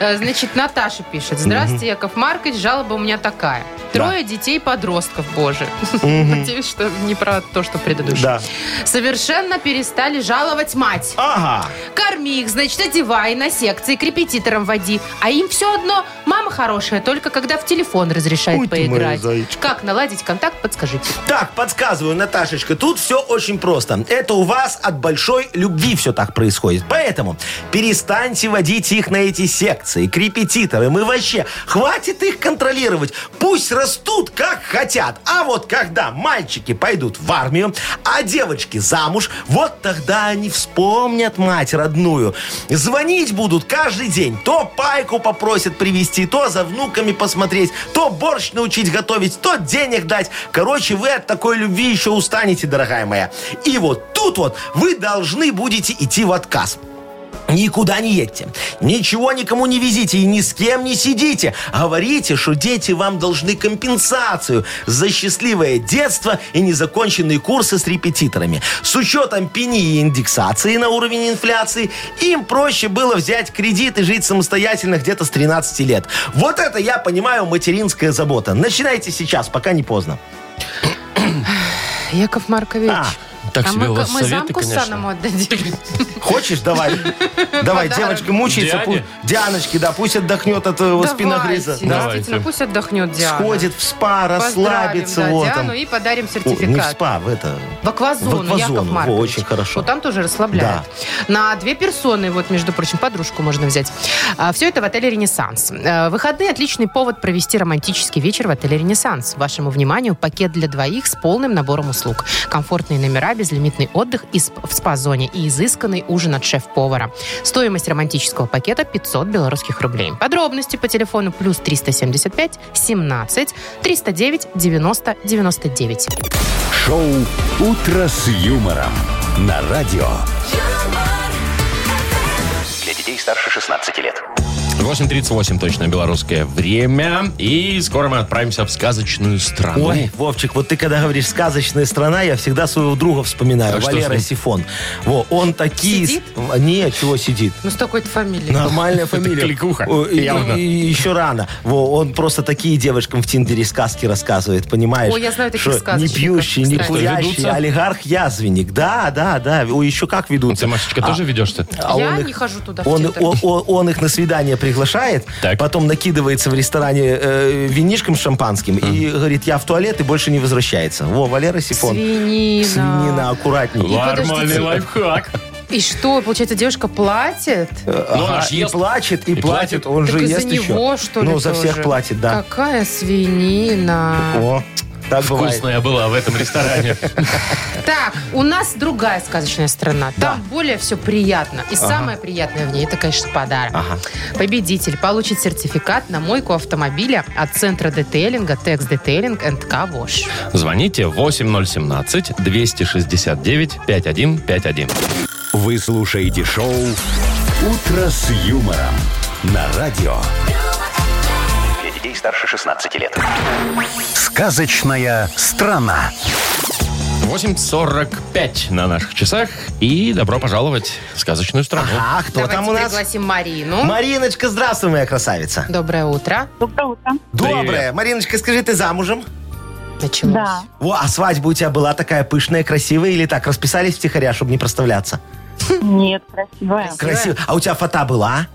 [SPEAKER 3] Э, Значит, Наташа пишет. Здравствуйте, Яков Маркович. Жалоба у меня такая. Трое детей-подростков, боже. Надеюсь, что не про то, что предыдущее.
[SPEAKER 4] Да.
[SPEAKER 3] Совершенно перестали жаловать мать.
[SPEAKER 4] Ага.
[SPEAKER 3] Корми их, значит, одевай на секции, к репетиторам води. А им все одно, мама хорошая, только когда в телефон разрешает
[SPEAKER 4] Ой, ты моя
[SPEAKER 3] поиграть.
[SPEAKER 4] зайчка.
[SPEAKER 3] Как наладить контакт, подскажите.
[SPEAKER 4] Так, подсказываю, Наташечка, тут все очень просто. Это у вас от большой любви все так происходит. Поэтому перестаньте водить их на эти секции, к репетиторам и вообще. Хватит их контролировать. Пусть растут, как хотят. А вот когда мальчики пойдут в армию, а девочки замуж, вот тогда они вспомнят мать родную. Звонить будут каждый день. То пайку попросят привезти, то за внуками посмотреть, то борщ научить готовить, то денег дать. Короче, вы от такой любви еще устанете, дорогая моя. И вот тут вот вы должны будете идти в отказ. Никуда не едьте. Ничего никому не везите и ни с кем не сидите. Говорите, что дети вам должны компенсацию за счастливое детство и незаконченные курсы с репетиторами. С учетом пени и индексации на уровень инфляции, им проще было взять кредит и жить самостоятельно где-то с 13 лет. Вот это, я понимаю, материнская забота. Начинайте сейчас, пока не поздно.
[SPEAKER 3] Яков Маркович.
[SPEAKER 4] А,
[SPEAKER 2] Так
[SPEAKER 3] а
[SPEAKER 2] себе
[SPEAKER 3] мы,
[SPEAKER 2] у вас
[SPEAKER 3] мы
[SPEAKER 2] советы,
[SPEAKER 3] замку
[SPEAKER 2] конечно.
[SPEAKER 3] Саному отдадим.
[SPEAKER 4] Хочешь, давай. Давай,
[SPEAKER 3] Подарок.
[SPEAKER 4] девочка мучается.
[SPEAKER 2] Диане?
[SPEAKER 4] пу- Дианочке, да, пусть отдохнет от э,
[SPEAKER 3] Давайте,
[SPEAKER 4] спиногрыза. Да.
[SPEAKER 3] Действительно,
[SPEAKER 2] Давайте.
[SPEAKER 3] пусть отдохнет Диана.
[SPEAKER 4] сходит в спа,
[SPEAKER 3] Поздравим,
[SPEAKER 4] расслабится.
[SPEAKER 3] да,
[SPEAKER 4] вот
[SPEAKER 3] Диану
[SPEAKER 4] там.
[SPEAKER 3] и подарим
[SPEAKER 4] О,
[SPEAKER 3] сертификат.
[SPEAKER 4] не в спа, в это.
[SPEAKER 3] В аквазону,
[SPEAKER 4] В аквазону,
[SPEAKER 3] Яков
[SPEAKER 4] во,
[SPEAKER 3] Маркович.
[SPEAKER 4] очень хорошо.
[SPEAKER 3] Вот там тоже расслабляют. На две персоны, вот, между прочим, подружку можно взять. все это в отеле «Ренессанс». А, выходные – отличный повод провести романтический вечер в отеле «Ренессанс». Вашему вниманию пакет для двоих с полным набором услуг. Комфортные номера, безлимитный отдых и сп- в спа-зоне и изысканный ужин от шеф-повара. Стоимость романтического пакета 500 белорусских рублей. Подробности по телефону плюс 375 17 309 90 99.
[SPEAKER 1] Шоу «Утро с юмором» на радио.
[SPEAKER 6] Для детей старше 16 лет.
[SPEAKER 2] 8.38 точно белорусское время. И скоро мы отправимся в сказочную страну.
[SPEAKER 4] Ой, Вовчик, вот ты когда говоришь «сказочная страна», я всегда своего друга вспоминаю,
[SPEAKER 2] А что с
[SPEAKER 4] Валера
[SPEAKER 2] ним?
[SPEAKER 4] Сифон. Во, он такие...
[SPEAKER 3] Сидит?
[SPEAKER 4] Нет, чего сидит?
[SPEAKER 3] Ну, с такой-то фамилией.
[SPEAKER 4] Нормальная фамилия.
[SPEAKER 2] кликуха,
[SPEAKER 4] О, и-
[SPEAKER 2] явно.
[SPEAKER 4] и- и Еще рано. Во, он просто такие девочкам в Тиндере сказки рассказывает, понимаешь?
[SPEAKER 3] Ой, я знаю таких
[SPEAKER 4] Что Не
[SPEAKER 3] сказочников,
[SPEAKER 4] пьющий, не
[SPEAKER 3] кстати. Что,
[SPEAKER 4] курящий,
[SPEAKER 2] ведутся?
[SPEAKER 4] олигарх-язвенник. Да, да, да. О, еще как ведутся.
[SPEAKER 2] Ты, Машечка,
[SPEAKER 4] А,
[SPEAKER 2] тоже ведешься?
[SPEAKER 4] а
[SPEAKER 3] я
[SPEAKER 4] он их-
[SPEAKER 3] не хожу туда в
[SPEAKER 4] Он,
[SPEAKER 3] Тиндер.
[SPEAKER 4] о- о- он их на свидание приглашает,
[SPEAKER 2] Так.
[SPEAKER 4] потом накидывается в ресторане э, винишком с шампанским и говорит, я в туалет и больше не возвращается. Во, Валера Сифон.
[SPEAKER 3] Свинина.
[SPEAKER 4] Свинина, аккуратней.
[SPEAKER 2] Нормальный
[SPEAKER 3] подождите.
[SPEAKER 2] лайфхак.
[SPEAKER 3] И что, получается, девушка платит?
[SPEAKER 4] Э,
[SPEAKER 2] Ну, она ж
[SPEAKER 4] и
[SPEAKER 2] ест.
[SPEAKER 4] плачет, и,
[SPEAKER 2] И платит.
[SPEAKER 4] платит, он
[SPEAKER 3] так
[SPEAKER 4] же
[SPEAKER 3] из-за
[SPEAKER 4] ест
[SPEAKER 3] него,
[SPEAKER 4] еще.
[SPEAKER 3] что ли,
[SPEAKER 4] Ну, за
[SPEAKER 3] тоже?
[SPEAKER 4] всех платит, да.
[SPEAKER 3] Какая свинина.
[SPEAKER 4] О, так бывает.
[SPEAKER 2] Вкусная была в этом ресторане.
[SPEAKER 3] Так, у нас другая сказочная страна. Там более все приятно. И самое приятное в ней, это, конечно, подарок.
[SPEAKER 4] Ага.
[SPEAKER 3] Победитель получит сертификат на мойку автомобиля от центра детейлинга Текс Детейлинг НК ВОЖ.
[SPEAKER 2] Звоните 8017-269-5151.
[SPEAKER 1] Вы слушаете шоу «Утро с юмором» на радио.
[SPEAKER 6] Для детей старше 16 лет.
[SPEAKER 1] «Сказочная страна».
[SPEAKER 2] 8.45 на наших часах. И добро пожаловать в сказочную страну.
[SPEAKER 4] А кто
[SPEAKER 3] Давайте
[SPEAKER 4] там у нас?
[SPEAKER 3] пригласим Марину.
[SPEAKER 4] Мариночка, здравствуй, моя красавица.
[SPEAKER 3] Доброе утро.
[SPEAKER 7] Доброе утро.
[SPEAKER 2] Привет.
[SPEAKER 4] Доброе. Мариночка, скажи, ты замужем?
[SPEAKER 3] Началось.
[SPEAKER 7] Да.
[SPEAKER 4] О, а свадьба у тебя была такая пышная, красивая или так? Расписались втихаря, чтобы не проставляться?
[SPEAKER 7] Нет, красивая.
[SPEAKER 4] Красиво. А у тебя фото была?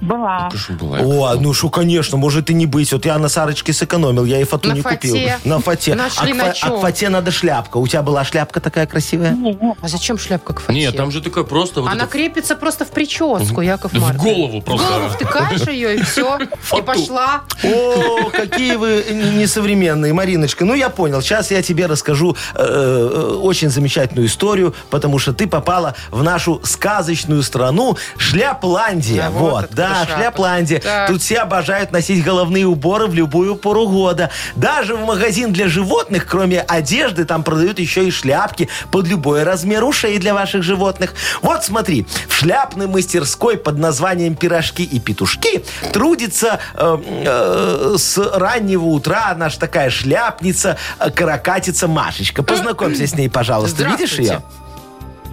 [SPEAKER 7] Была.
[SPEAKER 2] Пишу, бывает.
[SPEAKER 4] О, ну что, конечно, может и не быть. Вот я на Сарочке сэкономил, я и фату
[SPEAKER 3] На
[SPEAKER 4] не
[SPEAKER 3] фате.
[SPEAKER 4] купил. На фате.
[SPEAKER 3] Нашли
[SPEAKER 4] а, к
[SPEAKER 3] на
[SPEAKER 4] фа-
[SPEAKER 3] чем.
[SPEAKER 4] а к фате надо шляпка. У тебя была шляпка такая красивая?
[SPEAKER 7] Не, нет.
[SPEAKER 3] А зачем шляпка к фате?
[SPEAKER 2] Нет, там же такое просто вот
[SPEAKER 3] Она
[SPEAKER 2] это
[SPEAKER 3] крепится просто в прическу, Яков
[SPEAKER 2] в
[SPEAKER 3] Маркович.
[SPEAKER 2] голову просто.
[SPEAKER 3] В голову втыкаешь ее, и все. И пошла.
[SPEAKER 4] О, какие вы н- несовременные, Мариночка. Ну, я понял. Сейчас я тебе расскажу э, э, очень замечательную историю, потому что ты попала в нашу сказочную страну Шляпландия.
[SPEAKER 3] Да, вот
[SPEAKER 4] вот,
[SPEAKER 3] откуда
[SPEAKER 4] да,
[SPEAKER 3] шляпа.
[SPEAKER 4] Шляпландия.
[SPEAKER 3] Так.
[SPEAKER 4] А, Тут все обожают носить головные уборы в любую пору года. Даже в магазин для животных, кроме одежды, там продают еще и шляпки под любой размер ушей для ваших животных. Вот смотри, в шляпной мастерской под названием «Пирожки и петушки» трудится э, э, с раннего утра наша такая шляпница, э, каракатица Машечка. Познакомься с ней, пожалуйста. Видишь
[SPEAKER 3] Здравствуйте.
[SPEAKER 4] ее?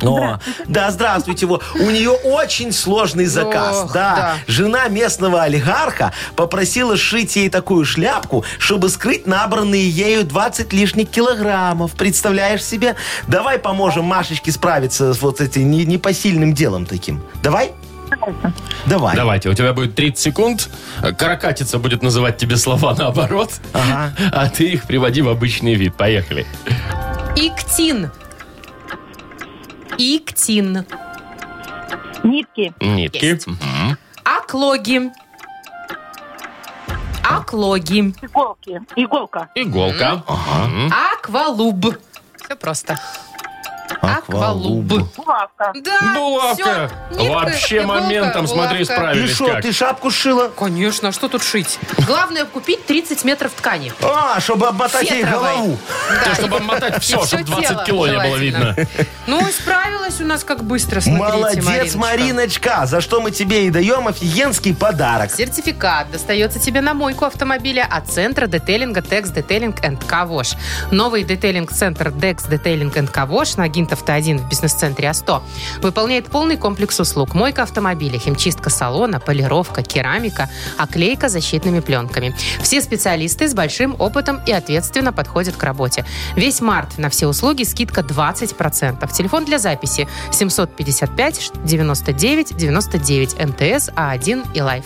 [SPEAKER 4] Но, да, здравствуйте. Во. У нее очень сложный заказ.
[SPEAKER 3] Ох,
[SPEAKER 4] да.
[SPEAKER 3] да.
[SPEAKER 4] Жена местного олигарха попросила сшить ей такую шляпку, чтобы скрыть набранные ею 20 лишних килограммов. Представляешь себе? Давай поможем Машечке справиться с вот этим не- непосильным делом таким. Давай? Давай.
[SPEAKER 2] Давайте, у тебя будет 30 секунд. Э, Каракатица будет называть тебе слова наоборот.
[SPEAKER 4] Ага.
[SPEAKER 2] А ты их приводи в обычный вид. Поехали.
[SPEAKER 3] Иктин. Иктин.
[SPEAKER 7] Нитки.
[SPEAKER 2] Нитки.
[SPEAKER 3] Есть.
[SPEAKER 2] Мгм.
[SPEAKER 3] Аклоги. Аклоги.
[SPEAKER 7] Иголки. Иголка.
[SPEAKER 2] Иголка. Мгм.
[SPEAKER 3] Аквалуб. Все просто. Аквалуб.
[SPEAKER 7] Булавка.
[SPEAKER 3] Да,
[SPEAKER 2] Булавка.
[SPEAKER 3] всё. Нитка,
[SPEAKER 2] Вообще
[SPEAKER 3] иголка,
[SPEAKER 2] моментом, смотри,
[SPEAKER 3] булавка.
[SPEAKER 4] Ты
[SPEAKER 2] справились
[SPEAKER 4] что,
[SPEAKER 2] А как.
[SPEAKER 4] ты шапку сшила?
[SPEAKER 3] Конечно, а что тут шить? Главное купить 30 метров ткани.
[SPEAKER 4] А, чтобы обмотать ей
[SPEAKER 3] Фетровой.
[SPEAKER 4] голову.
[SPEAKER 3] Да,
[SPEAKER 2] Да, чтобы обмотать все,
[SPEAKER 3] всё
[SPEAKER 2] чтобы 20
[SPEAKER 3] тело
[SPEAKER 2] кило не было
[SPEAKER 3] желательно.
[SPEAKER 2] видно.
[SPEAKER 3] Ну, и справилась у нас как быстро, смотрите,
[SPEAKER 4] Молодец,
[SPEAKER 3] Мариночка.
[SPEAKER 4] Мариночка, за что мы тебе и даем офигенский подарок.
[SPEAKER 3] Сертификат достается тебе на мойку автомобиля от центра детейлинга Текс Детейлинг энд Кавош. Новый детейлинг-центр Декс Детейлинг энд Кавош на Гинтовта 1 в бизнес-центре А100 выполняет полный комплекс услуг. Мойка автомобиля, химчистка салона, полировка, керамика, оклейка защитными пленками. Все специалисты с большим опытом и ответственно подходят к работе. Весь март на все услуги скидка 20%. Телефон для записи 755 99 99 МТС А1 А и Лайф.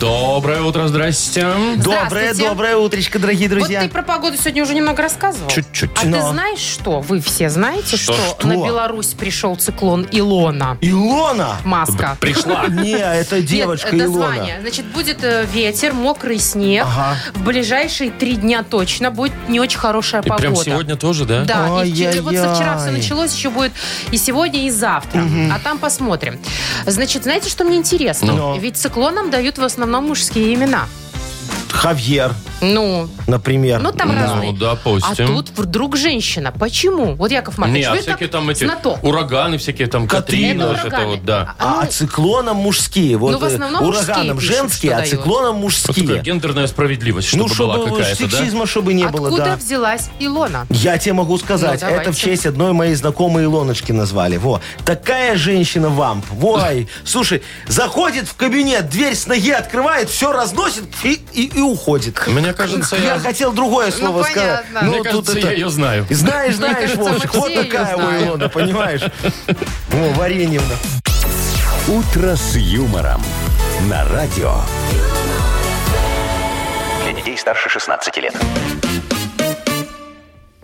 [SPEAKER 2] Доброе утро, здрасте.
[SPEAKER 4] Доброе,
[SPEAKER 3] Здравствуйте.
[SPEAKER 4] доброе утречко, дорогие друзья.
[SPEAKER 3] Вот ты про погоду сегодня уже немного рассказывал.
[SPEAKER 2] Чуть-чуть.
[SPEAKER 3] А ты
[SPEAKER 4] Но.
[SPEAKER 3] знаешь что? Вы все знаете,
[SPEAKER 2] Что,
[SPEAKER 3] что,
[SPEAKER 2] что?
[SPEAKER 3] на Беларусь пришел циклон Илона.
[SPEAKER 4] Илона!
[SPEAKER 3] Маска.
[SPEAKER 2] Пришла.
[SPEAKER 4] Не, это девочка
[SPEAKER 3] Нет,
[SPEAKER 4] Илона.
[SPEAKER 3] дозвание. Значит, будет э, ветер, мокрый снег.
[SPEAKER 4] Ага.
[SPEAKER 3] В ближайшие три дня точно будет не очень хорошая
[SPEAKER 2] И
[SPEAKER 3] погода.
[SPEAKER 2] прям сегодня тоже, да?
[SPEAKER 3] Да, и вчера- вот со вчера все
[SPEAKER 4] Ай-яй-яй.
[SPEAKER 3] началось, еще будет и сегодня, и завтра. А там посмотрим. Значит, знаете, что мне интересно?
[SPEAKER 4] Ну.
[SPEAKER 3] Ведь циклонам дают в основном мужские имена.
[SPEAKER 4] Хавьер,
[SPEAKER 3] Ну,
[SPEAKER 4] например.
[SPEAKER 3] ну там
[SPEAKER 2] Ну,
[SPEAKER 3] разные.
[SPEAKER 2] допустим.
[SPEAKER 3] А тут вдруг женщина. Почему? Вот, Яков
[SPEAKER 2] Не,
[SPEAKER 3] Маркович,
[SPEAKER 2] а
[SPEAKER 3] вы
[SPEAKER 2] всякие
[SPEAKER 3] как
[SPEAKER 2] там эти
[SPEAKER 3] знаток.
[SPEAKER 2] ураганы, всякие там Катрина,
[SPEAKER 4] Катрина.
[SPEAKER 2] вот это
[SPEAKER 3] ураганы.
[SPEAKER 2] вот, да.
[SPEAKER 4] А,
[SPEAKER 3] А, ну,
[SPEAKER 4] циклоном мужские. Вот
[SPEAKER 3] Ну, в
[SPEAKER 4] э,
[SPEAKER 3] основном мужские
[SPEAKER 4] ураганом
[SPEAKER 3] пишут,
[SPEAKER 4] женские,
[SPEAKER 3] что
[SPEAKER 4] а
[SPEAKER 3] дают.
[SPEAKER 4] циклоном
[SPEAKER 2] Вот такая
[SPEAKER 4] мужские.
[SPEAKER 2] гендерная справедливость, чтобы
[SPEAKER 4] ну,
[SPEAKER 2] была
[SPEAKER 4] чтобы э,
[SPEAKER 2] какая-то, да?
[SPEAKER 4] сексизма, чтобы не было,
[SPEAKER 3] откуда
[SPEAKER 4] да.
[SPEAKER 3] взялась Илона?
[SPEAKER 4] Я тебе могу сказать,
[SPEAKER 3] Ну, давайте.
[SPEAKER 4] это в честь одной моей знакомой Илоночки назвали. Во, такая женщина вамп. Вой, слушай, заходит в кабинет, дверь с ноги открывает, все разносит и, и- и уходит.
[SPEAKER 2] Мне кажется,
[SPEAKER 4] Я
[SPEAKER 2] я...
[SPEAKER 4] хотел другое слово сказать.
[SPEAKER 3] Ну,
[SPEAKER 4] Ну,
[SPEAKER 3] понятно.
[SPEAKER 2] Мне кажется, я ее знаю.
[SPEAKER 4] Знаешь, знаешь,
[SPEAKER 3] кажется,
[SPEAKER 4] Вовчик,
[SPEAKER 3] мы
[SPEAKER 4] вот
[SPEAKER 3] все её
[SPEAKER 4] такая у
[SPEAKER 3] знаем.
[SPEAKER 4] Илона, понимаешь? О, Вареньевна.
[SPEAKER 1] «Утро с юмором» на радио.
[SPEAKER 6] Для детей старше 16 лет.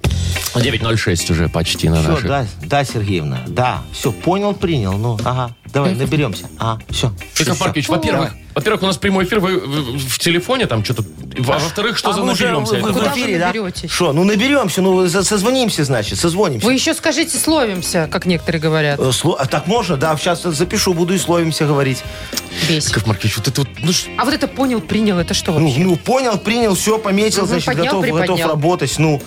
[SPEAKER 2] 9.06 уже почти на
[SPEAKER 4] Все,
[SPEAKER 2] наших.
[SPEAKER 4] да, да, Сергеевна, да, все, понял, принял, ну, ага, давай, А, наберемся, ага, все.
[SPEAKER 2] Яков Маркович, во-первых, во-первых, у нас прямой эфир, вы вы в телефоне там что-то... а Во-вторых, что за наберемся? Это
[SPEAKER 3] Куда
[SPEAKER 4] Куда
[SPEAKER 3] вы наберетесь?
[SPEAKER 4] Что, ну наберемся, ну за- созвонимся, значит, созвонимся.
[SPEAKER 3] Вы еще скажите, словимся, как некоторые говорят.
[SPEAKER 4] Э, сло- А так можно? Да, сейчас запишу, буду и словимся говорить.
[SPEAKER 3] Весь.
[SPEAKER 2] Яков Маркович, вот это вот... ну ш-
[SPEAKER 3] А вот это понял, принял, это что
[SPEAKER 4] Ну,
[SPEAKER 3] вообще?
[SPEAKER 4] ну, понял, принял, все, пометил,
[SPEAKER 3] Ну,
[SPEAKER 4] значит,
[SPEAKER 3] поднял,
[SPEAKER 4] готов, готов
[SPEAKER 3] приподнял.
[SPEAKER 4] работать, ну,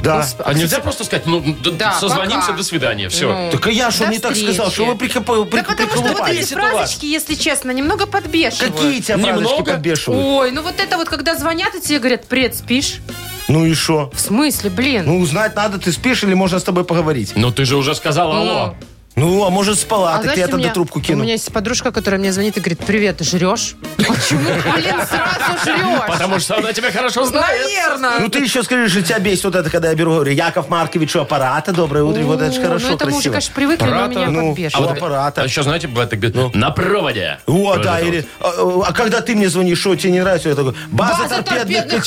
[SPEAKER 4] да.
[SPEAKER 3] Господи.
[SPEAKER 2] А нельзя просто сказать, ну, д-
[SPEAKER 3] Да,
[SPEAKER 2] созвонимся,
[SPEAKER 3] пока.
[SPEAKER 2] до свидания, все.
[SPEAKER 3] Ну.
[SPEAKER 4] Так а я что
[SPEAKER 3] До
[SPEAKER 4] не так сказал,
[SPEAKER 3] встречи.
[SPEAKER 4] что вы прика-
[SPEAKER 3] Да
[SPEAKER 4] при-
[SPEAKER 3] потому что вот эти
[SPEAKER 4] приколупались?
[SPEAKER 3] фразочки, если честно, немного подбешивают.
[SPEAKER 4] Какие тебя фразочки
[SPEAKER 2] Немного?
[SPEAKER 4] подбешивают?
[SPEAKER 3] Ой, ну вот это вот, когда звонят и тебе говорят, пред, спишь?
[SPEAKER 4] Ну и что?
[SPEAKER 3] В смысле, блин?
[SPEAKER 4] Ну, узнать надо, ты спишь или можно с тобой поговорить?
[SPEAKER 2] Но Ну, ты же уже сказал алло.
[SPEAKER 4] Ну, а может спала, так
[SPEAKER 3] знаете,
[SPEAKER 4] я
[SPEAKER 3] у
[SPEAKER 4] тогда
[SPEAKER 3] меня-
[SPEAKER 4] трубку кину.
[SPEAKER 3] У меня есть подружка, которая мне звонит и говорит, привет, ты жрешь? Почему, блин, сразу жрешь?
[SPEAKER 2] Потому что она тебя хорошо знает.
[SPEAKER 3] Наверное.
[SPEAKER 4] Ну ты еще скажи, что тебя бесит вот это, когда я беру, говорю, Яков Маркович, у аппарата, доброе утро, вот это же
[SPEAKER 3] О,
[SPEAKER 4] хорошо,
[SPEAKER 3] Ну, это мы уже,
[SPEAKER 4] красиво.
[SPEAKER 3] конечно, привыкли, но
[SPEAKER 2] Аппарата,
[SPEAKER 3] меня
[SPEAKER 4] ну,
[SPEAKER 3] подбешивает.
[SPEAKER 4] а вот аппарата.
[SPEAKER 2] А еще, знаете, бывает так, говорит, на проводе.
[SPEAKER 4] О,
[SPEAKER 2] Вот
[SPEAKER 4] Ну. да,
[SPEAKER 2] это
[SPEAKER 4] или,
[SPEAKER 2] вот.
[SPEAKER 4] а, а когда ты мне звонишь, что тебе не нравится? Я такой, база,
[SPEAKER 3] База торпедных
[SPEAKER 4] торпедных,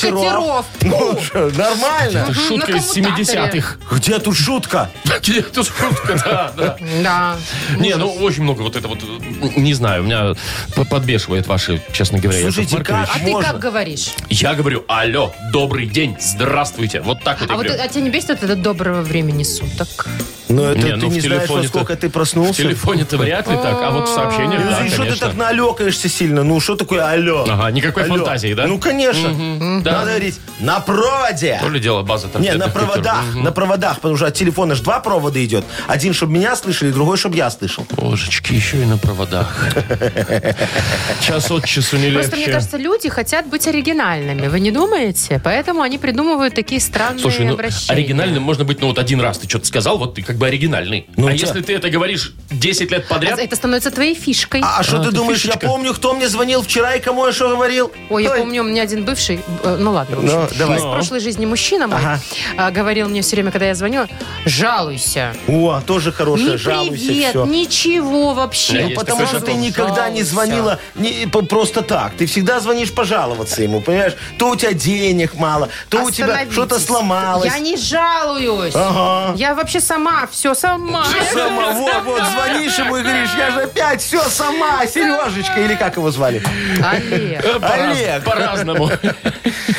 [SPEAKER 3] катеров.
[SPEAKER 4] катеров. Ну, что, нормально.
[SPEAKER 2] Это
[SPEAKER 3] Мгм,
[SPEAKER 2] шутка
[SPEAKER 3] на
[SPEAKER 2] из 70-х.
[SPEAKER 4] Где тут шутка?
[SPEAKER 2] Это шутка, да, да.
[SPEAKER 3] Да.
[SPEAKER 2] Не, ну очень много вот это вот, э, не знаю, меня п- подбешивает ваши, честно говоря, Яков
[SPEAKER 4] Слушайте,
[SPEAKER 2] Маркович.
[SPEAKER 3] А ты
[SPEAKER 4] Можно.
[SPEAKER 3] как говоришь?
[SPEAKER 2] Я говорю, алло, добрый день, здравствуйте. Вот так вот я
[SPEAKER 3] А вот
[SPEAKER 2] говорю.
[SPEAKER 3] а тебя не бесит вот это доброго времени суток?
[SPEAKER 4] Ну, это
[SPEAKER 2] Не,
[SPEAKER 4] ты
[SPEAKER 2] ну, в
[SPEAKER 4] не знаешь, во
[SPEAKER 2] телефоне-то-
[SPEAKER 4] сколько ты
[SPEAKER 2] В
[SPEAKER 4] проснулся.
[SPEAKER 2] телефоне-то вряд ли так, а вот в сообщениях,
[SPEAKER 4] Ну,
[SPEAKER 2] да,
[SPEAKER 4] и что ты
[SPEAKER 2] конечно.
[SPEAKER 4] так налекаешься сильно? Ну, что такое алло?
[SPEAKER 2] Ага, никакой
[SPEAKER 4] Алло.
[SPEAKER 2] фантазии, да?
[SPEAKER 4] Ну, конечно.
[SPEAKER 2] да.
[SPEAKER 4] Надо говорить на проводе.
[SPEAKER 2] То ли дело база там.
[SPEAKER 4] Не, на проводах, на проводах, потому что от телефона же два провода идет. Один, чтобы меня слышали, другой, чтобы я слышал.
[SPEAKER 2] Божечки, еще и на проводах. Час от часу не
[SPEAKER 3] Просто, мне
[SPEAKER 2] легче.
[SPEAKER 3] кажется, люди хотят быть оригинальными, вы не думаете? Поэтому они придумывают такие странные
[SPEAKER 2] Слушай, ну,
[SPEAKER 3] обращения.
[SPEAKER 2] оригинальным можно быть, ну, вот один раз ты что-то сказал, вот ты как бы оригинальный.
[SPEAKER 4] Ну,
[SPEAKER 2] а
[SPEAKER 4] да.
[SPEAKER 2] если ты это говоришь 10 лет
[SPEAKER 3] А
[SPEAKER 2] подряд,
[SPEAKER 3] Это становится твоей фишкой.
[SPEAKER 4] А, а что
[SPEAKER 2] А,
[SPEAKER 4] ты
[SPEAKER 2] ты
[SPEAKER 4] думаешь,
[SPEAKER 2] фишечка.
[SPEAKER 4] я помню, кто мне звонил вчера и кому я что говорил?
[SPEAKER 3] Ой, я
[SPEAKER 4] Ой.
[SPEAKER 3] помню, у меня один бывший, э, ну ладно, в общем,
[SPEAKER 4] Ну, давай.
[SPEAKER 3] из прошлой жизни мужчина мой,
[SPEAKER 4] Ага.
[SPEAKER 3] а, говорил мне все время, когда я звоню, жалуйся.
[SPEAKER 4] О, тоже хорошая,
[SPEAKER 3] Не
[SPEAKER 4] жалуйся,
[SPEAKER 3] привет,
[SPEAKER 4] все.
[SPEAKER 3] ничего
[SPEAKER 2] Да,
[SPEAKER 3] вообще. Ну,
[SPEAKER 2] есть
[SPEAKER 4] Потому
[SPEAKER 2] такой
[SPEAKER 4] что ты
[SPEAKER 2] закон.
[SPEAKER 4] никогда не
[SPEAKER 3] Жалуйся.
[SPEAKER 4] звонила не, по- просто так. Ты всегда звонишь пожаловаться ему, понимаешь? То у тебя денег мало, то Ну, у тебя
[SPEAKER 3] Остановитесь.
[SPEAKER 4] что-то сломалось.
[SPEAKER 3] Я не жалуюсь.
[SPEAKER 4] Ага.
[SPEAKER 3] Я вообще сама, все сама.
[SPEAKER 4] Сама, вот, вот, звонишь ему и говоришь, я же опять все сама, Сережечка, или как его звали?
[SPEAKER 3] Олег,
[SPEAKER 2] э, пораз-
[SPEAKER 4] Олег.
[SPEAKER 2] по-разному.
[SPEAKER 4] Ну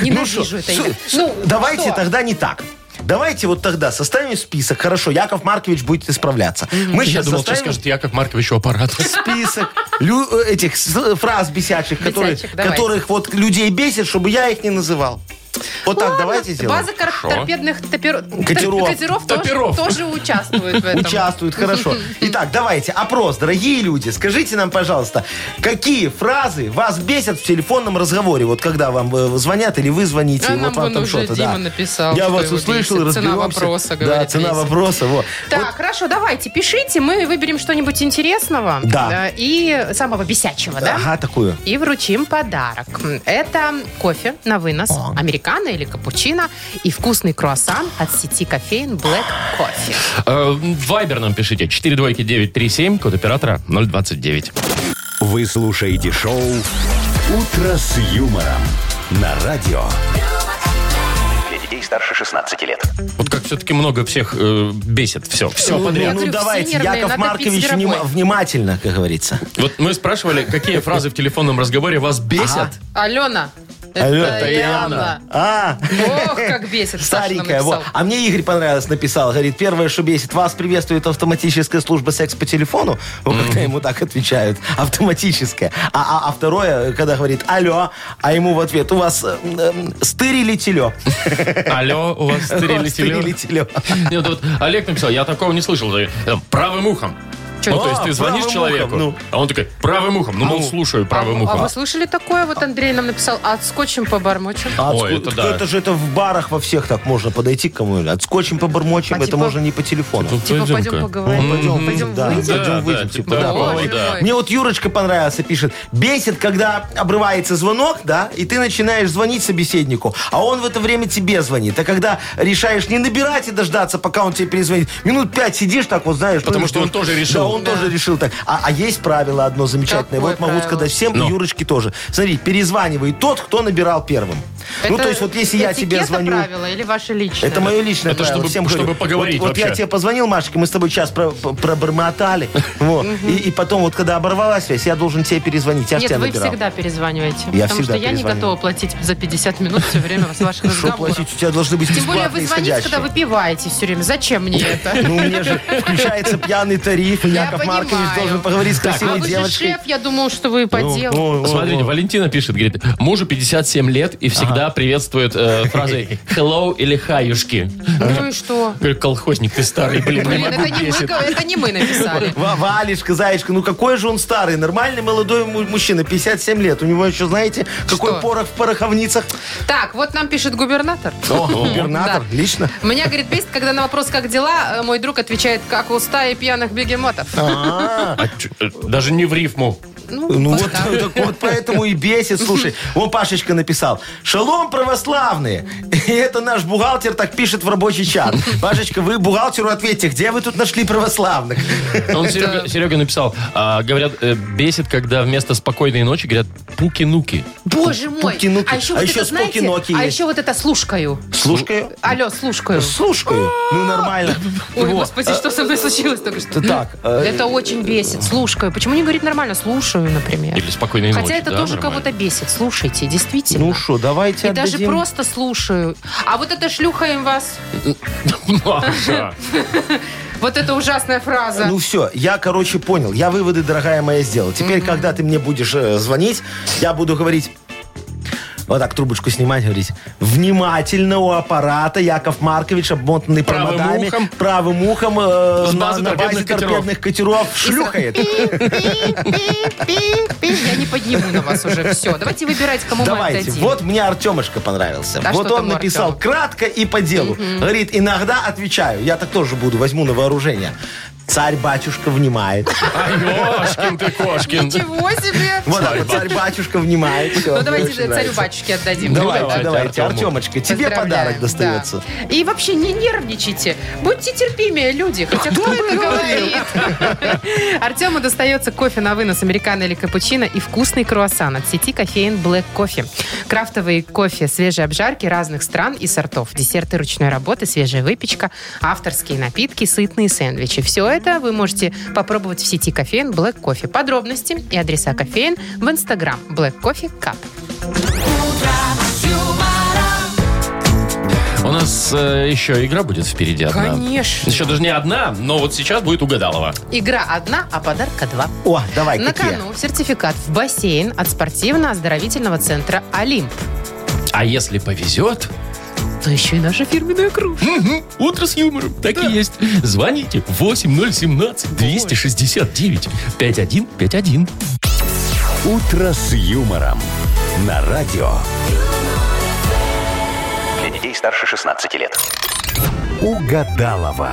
[SPEAKER 3] ненавижу это
[SPEAKER 4] Су-
[SPEAKER 3] имя.
[SPEAKER 4] су- давайте
[SPEAKER 3] что?
[SPEAKER 4] тогда не так. Давайте вот тогда составим список. Хорошо, Яков Маркович будет исправляться. Мы
[SPEAKER 2] Я
[SPEAKER 4] сейчас
[SPEAKER 2] думал, сейчас
[SPEAKER 4] составим
[SPEAKER 2] скажет Яков Маркович у аппарата.
[SPEAKER 4] список лю- э, этих с- фраз бесячих, которые,
[SPEAKER 3] Бесячих, давай.
[SPEAKER 4] которых вот людей бесит, чтобы я их не называл. Вот так
[SPEAKER 3] Ладно,
[SPEAKER 4] давайте сделаем.
[SPEAKER 3] База кор- торпедных топер-
[SPEAKER 4] Катеров.
[SPEAKER 3] катеров тоже-
[SPEAKER 2] Топеров.
[SPEAKER 3] тоже участвует в этом.
[SPEAKER 4] Участвуют, хорошо. Итак, давайте, опрос, дорогие люди. Скажите нам, пожалуйста, какие фразы вас бесят в телефонном разговоре? Вот когда вам э, звонят или вы звоните,
[SPEAKER 3] А
[SPEAKER 4] и
[SPEAKER 3] нам
[SPEAKER 4] вот вам
[SPEAKER 3] вон
[SPEAKER 4] там
[SPEAKER 3] уже
[SPEAKER 4] что-то,
[SPEAKER 3] Дима
[SPEAKER 4] да.
[SPEAKER 3] написал,
[SPEAKER 4] Я
[SPEAKER 3] что
[SPEAKER 4] вас
[SPEAKER 3] его
[SPEAKER 4] услышал,
[SPEAKER 3] бесит. Цена
[SPEAKER 4] разберемся.
[SPEAKER 3] вопроса,
[SPEAKER 4] Да,
[SPEAKER 3] говорит,
[SPEAKER 4] цена
[SPEAKER 3] бесит.
[SPEAKER 4] вопроса, вот.
[SPEAKER 3] Так, хорошо, давайте, пишите, мы выберем что-нибудь интересного.
[SPEAKER 4] Да.
[SPEAKER 3] э, И самого бесячего, да?
[SPEAKER 4] Ага, такую.
[SPEAKER 3] И вручим подарок. Это кофе на вынос, американо или капучино, и вкусный круассан от сети кофеин Black Coffee.
[SPEAKER 2] Э, в Вайбер нам пишите. 42937, код оператора 029.
[SPEAKER 1] Вы слушаете шоу «Утро с юмором» на радио.
[SPEAKER 6] Для детей старше 16 лет.
[SPEAKER 2] Вот как все-таки много всех э, бесит. Все, все
[SPEAKER 4] Ну,
[SPEAKER 2] подряд.
[SPEAKER 3] Я
[SPEAKER 4] ну,
[SPEAKER 3] говорю, все
[SPEAKER 4] давайте,
[SPEAKER 3] нервные,
[SPEAKER 4] Яков
[SPEAKER 3] надо
[SPEAKER 4] Маркович,
[SPEAKER 3] пить зверобой.
[SPEAKER 4] внима- внимательно, как говорится.
[SPEAKER 2] Вот мы спрашивали, какие фразы в телефонном разговоре вас бесят.
[SPEAKER 3] Алена.
[SPEAKER 4] Алло,
[SPEAKER 3] это Яна.
[SPEAKER 4] А,
[SPEAKER 3] Ох, как бесит. Саша нам
[SPEAKER 4] Старенькая, вот.
[SPEAKER 3] написал.
[SPEAKER 4] А мне Игорь понравилось, написал. Говорит, первое, что бесит, вас приветствует автоматическая служба секс по телефону. Вот когда ему так отвечают. Автоматическая. А, а- а второе, когда говорит алло, а ему в ответ, у вас э, м, стырили теле. А?
[SPEAKER 2] Алло, у вас стырили теле?
[SPEAKER 4] Стырили теле.
[SPEAKER 2] Нет, вот Олег написал, я такого не слышал. Да, там, Правым ухом.
[SPEAKER 3] Чё?
[SPEAKER 2] Ну, то есть
[SPEAKER 4] А,
[SPEAKER 2] ты звонишь
[SPEAKER 4] правым
[SPEAKER 2] человеку,
[SPEAKER 4] ухом, ну.
[SPEAKER 2] а он такой, правым ухом. Ну, мол, слушаю правым
[SPEAKER 3] А
[SPEAKER 2] ухом.
[SPEAKER 3] вы слышали такое? Вот Андрей нам написал, отскочим побормочем.
[SPEAKER 4] А
[SPEAKER 2] Ой,
[SPEAKER 4] отску-
[SPEAKER 2] это да.
[SPEAKER 4] Это же это в барах во всех так можно подойти к кому-нибудь. Отскочим, побормочем,
[SPEAKER 3] А
[SPEAKER 4] это
[SPEAKER 3] типа-
[SPEAKER 4] можно не по телефону.
[SPEAKER 2] Тут
[SPEAKER 3] Типа, пойдем
[SPEAKER 2] пойдем-ка.
[SPEAKER 3] поговорим.
[SPEAKER 4] Пойдем, выйдем, да,
[SPEAKER 3] выйдем.
[SPEAKER 2] Да,
[SPEAKER 4] пойдем, выйдем,
[SPEAKER 2] да,
[SPEAKER 4] типа,
[SPEAKER 2] типа
[SPEAKER 4] да,
[SPEAKER 2] такого,
[SPEAKER 4] пойдем.
[SPEAKER 2] да.
[SPEAKER 4] Мне вот Юрочка понравился, пишет, бесит, когда обрывается звонок, да, и ты начинаешь звонить собеседнику, а он в это время тебе звонит. А когда решаешь не набирать и дождаться, пока он тебе перезвонит, минут пять сидишь так вот, знаешь.
[SPEAKER 2] Потому
[SPEAKER 4] ну,
[SPEAKER 2] что он тоже решил.
[SPEAKER 4] Да, он тоже решил так. А, а есть правило одно замечательное.
[SPEAKER 3] Какое
[SPEAKER 4] вот могу
[SPEAKER 3] правило?
[SPEAKER 4] сказать всем,
[SPEAKER 2] Ну.
[SPEAKER 4] и Юрочке тоже. Смотри, перезванивает тот, кто набирал первым. ну,
[SPEAKER 3] Это
[SPEAKER 4] то есть вот если я тебе
[SPEAKER 3] этикета
[SPEAKER 4] звоню...
[SPEAKER 3] правило или ваше личное?
[SPEAKER 4] Это мое личное
[SPEAKER 2] Это
[SPEAKER 4] правило,
[SPEAKER 2] чтобы-
[SPEAKER 4] всем
[SPEAKER 2] чтобы
[SPEAKER 4] говорю.
[SPEAKER 2] поговорить
[SPEAKER 4] Вот, вот я
[SPEAKER 2] вообще.
[SPEAKER 4] тебе позвонил, Машечка, мы с тобой час про- про- пробормотали. Вот. И и потом, вот когда оборвалась связь, я должен тебе перезвонить. Я ж
[SPEAKER 3] Нет,
[SPEAKER 4] тебя
[SPEAKER 3] вы
[SPEAKER 4] набирал.
[SPEAKER 3] всегда перезваниваете.
[SPEAKER 4] Я
[SPEAKER 3] потому
[SPEAKER 4] всегда
[SPEAKER 3] что я не
[SPEAKER 4] перезваниваю.
[SPEAKER 3] готова платить за 50 минут все время с ваших
[SPEAKER 4] Что
[SPEAKER 3] разговоров.
[SPEAKER 4] платить? У тебя должны быть
[SPEAKER 3] Тем более вы
[SPEAKER 4] бесплатные
[SPEAKER 3] звоните, когда
[SPEAKER 4] исходящие.
[SPEAKER 3] вы пиваете все время. Зачем мне это?
[SPEAKER 4] Ну, мне же включается пьяный тариф, и
[SPEAKER 3] Я
[SPEAKER 4] Яков Маркович
[SPEAKER 3] понимаю.
[SPEAKER 4] должен поговорить с
[SPEAKER 3] А
[SPEAKER 4] красивой
[SPEAKER 3] вы же
[SPEAKER 4] девочкой.
[SPEAKER 3] шеф, я думал, что вы по
[SPEAKER 4] Ну,
[SPEAKER 3] делу.
[SPEAKER 4] О, о,
[SPEAKER 2] Смотрите,
[SPEAKER 4] о.
[SPEAKER 2] Валентина пишет, говорит, мужу 57 лет и всегда приветствует э, фразой «hello» или «хаюшки».
[SPEAKER 3] Ну и что?
[SPEAKER 2] Говорю, колхозник ты старый, блин, не
[SPEAKER 3] Блин, это
[SPEAKER 2] могу,
[SPEAKER 3] не мы,
[SPEAKER 2] бесит.
[SPEAKER 3] это не мы написали.
[SPEAKER 4] Ва- Валечка, Заячка, ну какой же он старый, нормальный молодой му- мужчина, 57 лет. У него еще, знаете, какой
[SPEAKER 3] Что?
[SPEAKER 4] порох в пороховницах?
[SPEAKER 3] Так, вот нам пишет губернатор.
[SPEAKER 4] О, губернатор,
[SPEAKER 3] Да.
[SPEAKER 4] лично.
[SPEAKER 3] Меня, говорит, бесит, когда на вопрос «как дела?» э, мой друг отвечает «как у стаи пьяных бегемотов».
[SPEAKER 2] А чё, э, Даже не в рифму.
[SPEAKER 4] Ну
[SPEAKER 3] Вот
[SPEAKER 4] вот,
[SPEAKER 3] так.
[SPEAKER 4] так вот поэтому и бесит. Слушай, вон Пашечка написал. Шалом православные. И это наш бухгалтер так пишет в рабочий чат. Пашечка, вы бухгалтеру ответьте, где вы тут нашли православных?
[SPEAKER 2] Он Серега, Серега написал, а, говорят, э, бесит, когда вместо спокойной ночи говорят пуки-нуки.
[SPEAKER 3] Боже мой!
[SPEAKER 4] Пуки-нуки.
[SPEAKER 3] А еще
[SPEAKER 4] А
[SPEAKER 3] вот
[SPEAKER 4] еще
[SPEAKER 3] это, знаете,
[SPEAKER 4] споки-ноки
[SPEAKER 3] а
[SPEAKER 4] есть.
[SPEAKER 3] еще вот это «слушкаю».
[SPEAKER 4] Слушкаю.
[SPEAKER 3] Алло, «слушкаю».
[SPEAKER 4] Слушкаю. Ну нормально.
[SPEAKER 3] Ой,
[SPEAKER 4] Во.
[SPEAKER 3] господи, что со мной случилось только что?
[SPEAKER 4] Так, э,
[SPEAKER 3] Это очень бесит. Слушкаю. Почему не говорит нормально? Слушаю, например.
[SPEAKER 2] Или спокойной ночи.
[SPEAKER 3] Хотя это
[SPEAKER 2] да,
[SPEAKER 3] тоже
[SPEAKER 2] нормально.
[SPEAKER 3] кого-то бесит. Слушайте, действительно.
[SPEAKER 4] ну что, давайте
[SPEAKER 3] И даже
[SPEAKER 4] отдадим.
[SPEAKER 3] просто слушаю. А вот это шлюхаем вас.
[SPEAKER 2] Ну, а, да.
[SPEAKER 3] Вот это ужасная фраза.
[SPEAKER 4] Ну все, я, короче, понял. Я выводы, дорогая моя, сделал. Теперь, когда ты мне будешь э, звонить, я буду говорить... Вот так трубочку снимать, говорить. Внимательно у аппарата Яков Маркович, обмотанный
[SPEAKER 2] Правым
[SPEAKER 4] проводами,
[SPEAKER 2] ухом.
[SPEAKER 4] правым ухом э,
[SPEAKER 2] С
[SPEAKER 4] на-
[SPEAKER 2] базы
[SPEAKER 4] на, базе
[SPEAKER 2] торпедных катеров».
[SPEAKER 4] торпедных катеров шлюхает.
[SPEAKER 3] Пи-пи-пи-пи. Я не подниму на вас уже. Все, давайте выбирать, кому мы
[SPEAKER 4] Давайте.
[SPEAKER 3] отдадим.
[SPEAKER 4] Вот мне Артемушка понравился.
[SPEAKER 3] Да
[SPEAKER 4] вот
[SPEAKER 3] что
[SPEAKER 4] он
[SPEAKER 3] там у
[SPEAKER 4] написал
[SPEAKER 3] Артема?
[SPEAKER 4] кратко и по делу. Говорит, иногда отвечаю. Я так тоже буду, возьму на вооружение. Царь-батюшка внимает.
[SPEAKER 2] А, Ёшкин ты, Кошкин.
[SPEAKER 3] Ничего себе.
[SPEAKER 4] Вот так вот, царь-батюшка внимает. Всё,
[SPEAKER 3] Ну
[SPEAKER 4] мне
[SPEAKER 3] давайте
[SPEAKER 4] очень нравится.
[SPEAKER 3] царю-батюшке отдадим.
[SPEAKER 2] Ну,
[SPEAKER 4] Давайте,
[SPEAKER 2] давайте,
[SPEAKER 4] давайте.
[SPEAKER 2] Артему.
[SPEAKER 4] Артемочка, тебе
[SPEAKER 3] Поздравляем,
[SPEAKER 4] подарок
[SPEAKER 3] да.
[SPEAKER 4] достается.
[SPEAKER 3] И вообще не нервничайте. Будьте терпимее, люди. Хотя кто это говорит? Артему достается кофе на вынос, американо или капучино и вкусный круассан от сети кофеин Black Coffee. Крафтовые кофе, свежие обжарки разных стран и сортов, десерты ручной работы, свежая выпечка, авторские напитки, сытные сэндвичи. Все это вы можете попробовать в сети кофеин Black Coffee. Подробности и адреса кофеин в инстаграм Black Coffee Cup.
[SPEAKER 2] У нас э, еще игра будет впереди одна.
[SPEAKER 3] Конечно.
[SPEAKER 2] Еще даже не одна, но вот сейчас будет угадалова.
[SPEAKER 3] Игра одна, а подарка два.
[SPEAKER 4] О, давай,
[SPEAKER 3] На
[SPEAKER 4] Э, какие?
[SPEAKER 3] кону сертификат в бассейн от спортивно-оздоровительного центра «Олимп».
[SPEAKER 2] А если повезет,
[SPEAKER 3] Да еще и наша фирменная кружка.
[SPEAKER 2] мгм, утро с юмором, так и есть. Звоните 8017-269-5151.
[SPEAKER 1] «Утро с юмором» на радио.
[SPEAKER 6] Для детей старше 16 лет.
[SPEAKER 1] Угадалова.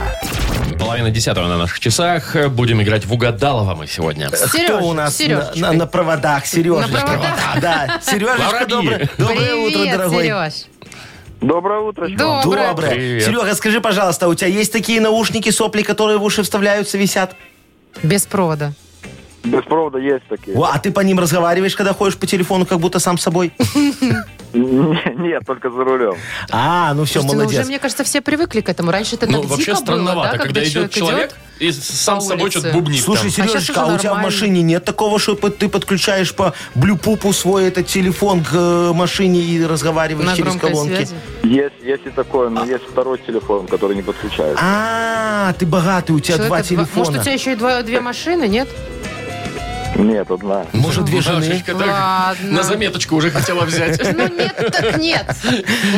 [SPEAKER 2] Половина десятого на наших часах. Будем играть в угадалова мы сегодня.
[SPEAKER 3] Э,
[SPEAKER 4] Кто у нас на,
[SPEAKER 3] Сережечка.
[SPEAKER 4] на- на проводах? Сережечка.
[SPEAKER 3] На проводах.
[SPEAKER 4] Да, Сережечка,
[SPEAKER 2] Воробьи.
[SPEAKER 4] доброе, доброе
[SPEAKER 3] Привет,
[SPEAKER 4] утро, дорогой.
[SPEAKER 3] Сереж.
[SPEAKER 5] Доброе утро.
[SPEAKER 3] Доброе.
[SPEAKER 4] Доброе.
[SPEAKER 2] Привет.
[SPEAKER 4] Серега, скажи, пожалуйста, а у тебя есть такие наушники сопли, которые в уши вставляются, висят?
[SPEAKER 3] Без провода.
[SPEAKER 5] Без провода есть такие.
[SPEAKER 4] О, а ты по ним разговариваешь, когда ходишь по телефону, как будто сам с собой?
[SPEAKER 5] Нет, только за рулем.
[SPEAKER 4] А, ну все,
[SPEAKER 3] Слушайте, ну уже,
[SPEAKER 4] молодец.
[SPEAKER 3] мне кажется, все привыкли к этому. Раньше это
[SPEAKER 2] Ну,
[SPEAKER 3] так
[SPEAKER 2] вообще
[SPEAKER 3] дико было, да,
[SPEAKER 2] странновато, когда идет человек и сам
[SPEAKER 3] по
[SPEAKER 2] с собой
[SPEAKER 3] улице.
[SPEAKER 2] что-то бубнит. там.
[SPEAKER 4] Слушай,
[SPEAKER 3] щас уже
[SPEAKER 4] Сережечка, а у тебя в
[SPEAKER 3] нормально.
[SPEAKER 4] машине нет такого, что под- ты подключаешь по блюпупу свой этот телефон к э, машине и разговариваешь
[SPEAKER 3] на
[SPEAKER 4] через
[SPEAKER 3] громкой
[SPEAKER 4] колонки?
[SPEAKER 3] связи.
[SPEAKER 5] Есть, есть и такое, но есть второй телефон, который не подключается.
[SPEAKER 4] А, ты богатый, у тебя
[SPEAKER 3] Человека
[SPEAKER 4] два телефона.
[SPEAKER 3] «А, Может, у тебя еще и два- две машины, нет?
[SPEAKER 5] Нет, одна.
[SPEAKER 4] Может, две жены?
[SPEAKER 2] Машечка, так,
[SPEAKER 3] Ладно.
[SPEAKER 2] на заметочку уже хотела взять.
[SPEAKER 3] Ну нет, так нет.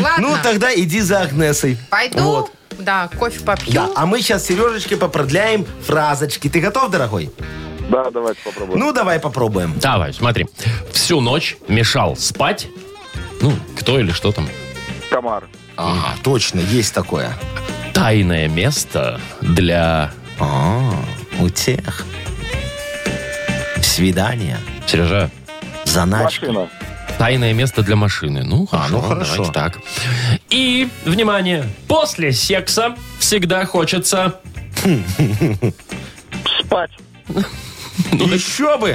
[SPEAKER 3] Ладно,
[SPEAKER 4] Ну, тогда иди за Агнесой.
[SPEAKER 3] пойду,
[SPEAKER 4] Вот.
[SPEAKER 3] да, кофе попью.
[SPEAKER 4] Да, а мы сейчас Сережечке попродляем фразочки. Ты готов, дорогой?
[SPEAKER 5] Да, давайте попробуем.
[SPEAKER 4] Ну, давай попробуем.
[SPEAKER 2] Давай, смотри. Всю ночь мешал спать. Ну, кто или что там.
[SPEAKER 5] Комар.
[SPEAKER 4] А, точно, есть такое.
[SPEAKER 2] Тайное место для...
[SPEAKER 4] А, у тех. Свидание.
[SPEAKER 2] Сережа,
[SPEAKER 4] Заначка.
[SPEAKER 5] Машина.
[SPEAKER 2] тайное место для машины. Ну, хорошо,
[SPEAKER 4] ну, хорошо.
[SPEAKER 2] давайте так. И, внимание, после секса всегда хочется...
[SPEAKER 5] Спать.
[SPEAKER 4] Еще Ну, бы!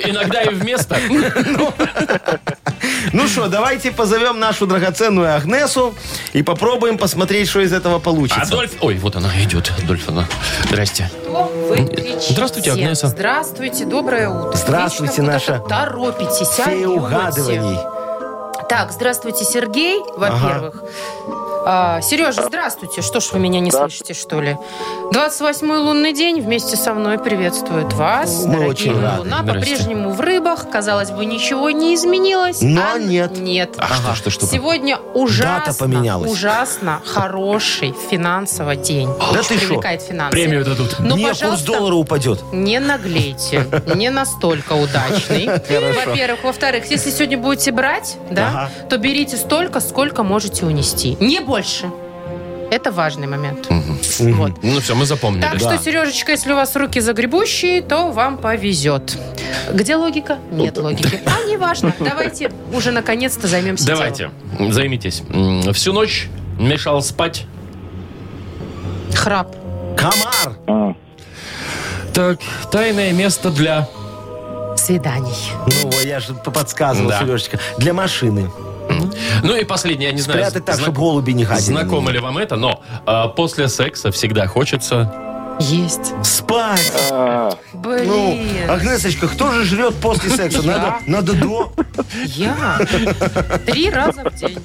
[SPEAKER 2] Иногда и вместо.
[SPEAKER 4] Ну что, давайте позовем нашу драгоценную Агнесу и попробуем посмотреть, что из этого получится.
[SPEAKER 2] Адольф... Ой, вот она идет, Адольфовна. Здрасте.
[SPEAKER 3] Кто вы кричите?
[SPEAKER 2] Здравствуйте, Агнеса.
[SPEAKER 3] Здравствуйте, доброе утро.
[SPEAKER 4] Здравствуйте,
[SPEAKER 3] Вечно
[SPEAKER 4] наша
[SPEAKER 3] куда-то торопитесь,
[SPEAKER 4] Фея
[SPEAKER 3] орете.
[SPEAKER 4] угадываний.
[SPEAKER 3] Так, здравствуйте, Сергей, во-первых. А, Сережа, здравствуйте. Что ж вы меня не слышите, что ли? 28-й лунный день вместе со мной приветствует вас.
[SPEAKER 4] Мы
[SPEAKER 3] Дорогие
[SPEAKER 4] очень рады.
[SPEAKER 3] Луна
[SPEAKER 2] Здрасте.
[SPEAKER 3] по-прежнему в рыбах. Казалось бы, ничего не изменилось.
[SPEAKER 4] Но
[SPEAKER 3] а
[SPEAKER 4] нет.
[SPEAKER 3] Нет.
[SPEAKER 2] А что, что, что?
[SPEAKER 3] Сегодня ужасно,
[SPEAKER 4] поменялась.
[SPEAKER 3] ужасно хороший финансово день.
[SPEAKER 4] Да ты шо?
[SPEAKER 3] Привлекает финансы.
[SPEAKER 2] Премию дадут.
[SPEAKER 3] Ну,
[SPEAKER 4] Не, курс
[SPEAKER 3] пожалуйста,
[SPEAKER 4] доллара упадет.
[SPEAKER 3] не наглейте. Не настолько удачный. Во-первых. Во-вторых, если сегодня будете брать, да, то берите столько, сколько можете унести. Не больше. Это важный момент. Вот.
[SPEAKER 2] Ну все, мы запомнили.
[SPEAKER 3] Так что, Сережечка, если у вас руки загребущие, то вам повезет. Где логика? Нет логики. А, не важно. Давайте уже наконец-то займемся делом.
[SPEAKER 2] Давайте, займитесь. М, Всю ночь мешал спать.
[SPEAKER 3] Храп.
[SPEAKER 4] Комар!
[SPEAKER 2] Так, тайное место для...
[SPEAKER 3] Свиданий.
[SPEAKER 4] Ну, во, я же п- подсказывал,
[SPEAKER 2] Да.
[SPEAKER 4] Сережечка. Для машины.
[SPEAKER 2] Ну и последнее, я не знаю,
[SPEAKER 4] Прятать так,
[SPEAKER 2] зна-
[SPEAKER 4] чтобы голуби не ходили.
[SPEAKER 2] а, знакомо ли вам это, но э, после секса всегда хочется...
[SPEAKER 3] Есть.
[SPEAKER 4] Спать.
[SPEAKER 5] А,
[SPEAKER 4] Ну,
[SPEAKER 3] Блин.
[SPEAKER 4] Агнесочка, кто же жрет после секса? Надо, надо до.
[SPEAKER 3] Я. Три раза в день.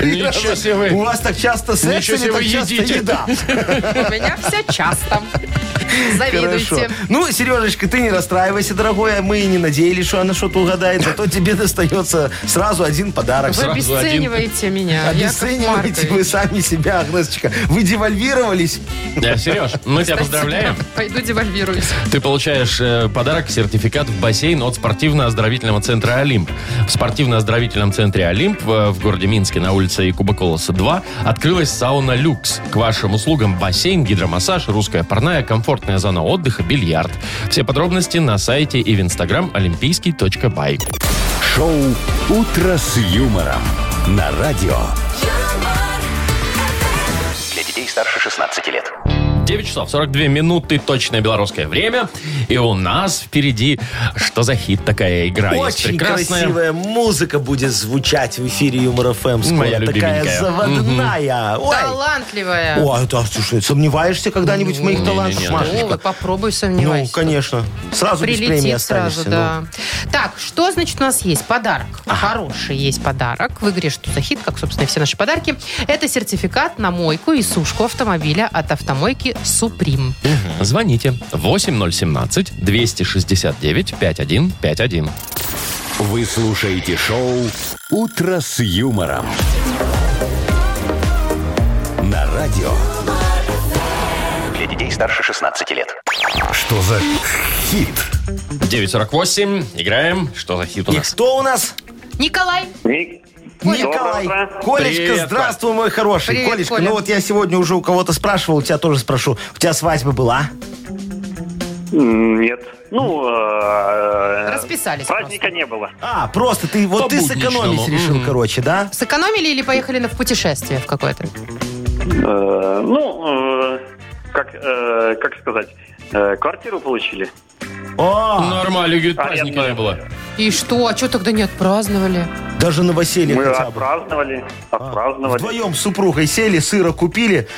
[SPEAKER 2] Ничего себе
[SPEAKER 4] У
[SPEAKER 2] вы.
[SPEAKER 4] вас так часто секс
[SPEAKER 2] Ничего
[SPEAKER 4] или
[SPEAKER 2] себе
[SPEAKER 4] так
[SPEAKER 2] вы
[SPEAKER 4] часто
[SPEAKER 2] едите.
[SPEAKER 4] еда?
[SPEAKER 3] У меня все часто.
[SPEAKER 4] Хорошо.
[SPEAKER 3] Завидуйте.
[SPEAKER 4] Ну, Сережечка, ты не расстраивайся, дорогой. а Мы и не надеялись, что она что-то угадает. Зато тебе достается сразу один подарок.
[SPEAKER 2] Сразу один.
[SPEAKER 3] Вы обесцениваете меня, Яков
[SPEAKER 4] Обесцениваете вы
[SPEAKER 3] Маркович.
[SPEAKER 4] сами себя, Агнесочка. Вы девальвировались.
[SPEAKER 2] Да, Сереж, мы тебя поздравляем.
[SPEAKER 3] Пойду девальвируюсь.
[SPEAKER 2] Ты получаешь э, подарок, сертификат в бассейн от спортивно-оздоровительного центра «Олимп». В спортивно-оздоровительном центре «Олимп» э, в городе Минске на улице Якуба Колоса 2 открылась сауна «Люкс». К вашим услугам бассейн, гидромассаж, русская парная, комфортная зона отдыха, бильярд. Все подробности на сайте и в инстаграм олимпийский.бай.
[SPEAKER 1] Шоу «Утро с юмором» на радио.
[SPEAKER 6] Для детей старше 16 лет.
[SPEAKER 2] 9 часов 42 минуты, точное белорусское время. И у нас впереди что за хит такая игра А есть
[SPEAKER 4] Очень
[SPEAKER 2] прекрасная.
[SPEAKER 4] красивая музыка будет звучать в эфире Юмор ФМ. скоро.
[SPEAKER 2] Моя любименькая.
[SPEAKER 4] Такая заводная. Ой.
[SPEAKER 3] Талантливая.
[SPEAKER 4] Ой, да, а, слушай, сомневаешься когда-нибудь в моих
[SPEAKER 2] не-не-не.
[SPEAKER 4] талантах,
[SPEAKER 3] Ну,
[SPEAKER 4] Машечка?
[SPEAKER 3] вот попробуй
[SPEAKER 4] Ну,
[SPEAKER 3] сомневайся.
[SPEAKER 4] конечно. Сразу без премии
[SPEAKER 3] Прилетит сразу,
[SPEAKER 4] останешься. ну.
[SPEAKER 3] да. Так, что значит у нас есть? Подарок. Хороший есть подарок. В игре «Что за хит?», как, собственно, и все наши подарки. Это сертификат на мойку и сушку автомобиля от автомойки «Суприм».
[SPEAKER 2] Звоните 8017 269 5151.
[SPEAKER 1] Вы слушаете шоу «Утро с юмором». На радио.
[SPEAKER 6] Для детей старше 16 лет.
[SPEAKER 1] Что за хит?
[SPEAKER 2] 948. Играем. Что за хит у
[SPEAKER 4] ну. И
[SPEAKER 2] нас?
[SPEAKER 4] кто у нас?
[SPEAKER 3] Николай,
[SPEAKER 5] Ник.
[SPEAKER 4] Николай.
[SPEAKER 5] Доброе утро.
[SPEAKER 4] Колечка,
[SPEAKER 2] Привет,
[SPEAKER 4] здравствуй, мой хороший.
[SPEAKER 3] Привет,
[SPEAKER 4] Колечка,
[SPEAKER 3] Коля.
[SPEAKER 4] ну вот я сегодня уже у кого-то спрашивал, у тебя тоже спрошу. У тебя свадьба была?
[SPEAKER 5] М, Нет. Ну, э,
[SPEAKER 3] расписались
[SPEAKER 5] праздника
[SPEAKER 3] просто.
[SPEAKER 5] не было.
[SPEAKER 4] А, просто ты вот ты
[SPEAKER 2] По-будничному.
[SPEAKER 4] сэкономить решил,
[SPEAKER 2] Мгм.
[SPEAKER 4] короче, да?
[SPEAKER 3] Сэкономили или поехали на в путешествие в какое-то?
[SPEAKER 5] Э, Ну, э, как э, как сказать, э, квартиру получили.
[SPEAKER 4] О,
[SPEAKER 2] Нормально, говорит,
[SPEAKER 5] А,
[SPEAKER 2] праздника
[SPEAKER 5] я-
[SPEAKER 2] не было.
[SPEAKER 3] И что? А что тогда не отпраздновали?
[SPEAKER 4] даже новоселье
[SPEAKER 5] Мы
[SPEAKER 4] хотя бы. А,
[SPEAKER 5] отпраздновали, отпраздновали.
[SPEAKER 4] Вдвоем с супругой сели, сыра купили,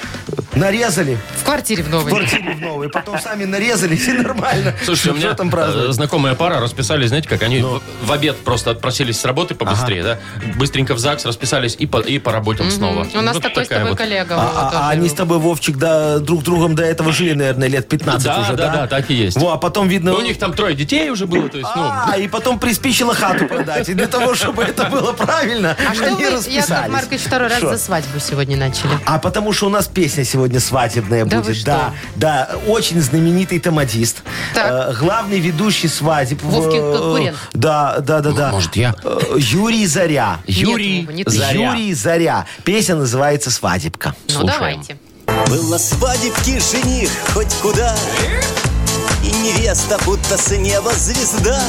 [SPEAKER 4] нарезали,
[SPEAKER 3] В квартире в
[SPEAKER 4] в
[SPEAKER 3] новой.
[SPEAKER 4] квартире в новой, потом сами нарезались и нормально.
[SPEAKER 2] Слушайте, у
[SPEAKER 4] Что
[SPEAKER 2] меня
[SPEAKER 4] там Ну.
[SPEAKER 2] э,
[SPEAKER 4] праздновать?
[SPEAKER 2] знакомая пара расписались, знаете, как они в, в обед просто отпросились с работы побыстрее, да? Быстренько в ЗАГС расписались и по, и по работам снова. Ну,
[SPEAKER 3] У нас
[SPEAKER 2] Вот
[SPEAKER 3] такой с
[SPEAKER 2] такая
[SPEAKER 3] тобой
[SPEAKER 2] вот.
[SPEAKER 3] коллега.
[SPEAKER 4] А,
[SPEAKER 3] Вова,
[SPEAKER 4] а- а
[SPEAKER 3] тоже.
[SPEAKER 4] они с тобой, Вовчик, да, друг другом до этого жили, наверное, лет 15
[SPEAKER 2] Да,
[SPEAKER 4] уже,
[SPEAKER 2] да,
[SPEAKER 4] да?
[SPEAKER 2] да, так и есть.
[SPEAKER 4] Во, а потом, видно...
[SPEAKER 2] Ну, у них там трое детей уже было, то есть, ну...
[SPEAKER 4] А, и потом приспичило хату продать. И для того, чтобы это было правильно,
[SPEAKER 3] А что
[SPEAKER 4] они
[SPEAKER 3] вы, Яков
[SPEAKER 4] расписались.
[SPEAKER 3] Маркович, второй раз
[SPEAKER 4] Что?
[SPEAKER 3] за свадьбу сегодня начали?
[SPEAKER 4] А потому что у нас песня сегодня свадебная
[SPEAKER 3] Да вы
[SPEAKER 4] будет.
[SPEAKER 3] что?
[SPEAKER 4] Да, да, очень знаменитый томадист.
[SPEAKER 3] Так.
[SPEAKER 4] Э, главный ведущий свадеб. в- э,
[SPEAKER 3] Вовкин конкурент.
[SPEAKER 4] Да, да, да, да.
[SPEAKER 2] Ну, Может, я?
[SPEAKER 4] Э, Юрий Заря.
[SPEAKER 2] Юрий
[SPEAKER 3] Вова, не ты.
[SPEAKER 2] Заря.
[SPEAKER 4] Юрий Заря. Песня называется «Свадебка».
[SPEAKER 3] Ну,
[SPEAKER 2] Слушаем.
[SPEAKER 3] давайте.
[SPEAKER 8] Было свадебки жених хоть куда И невеста будто с неба звезда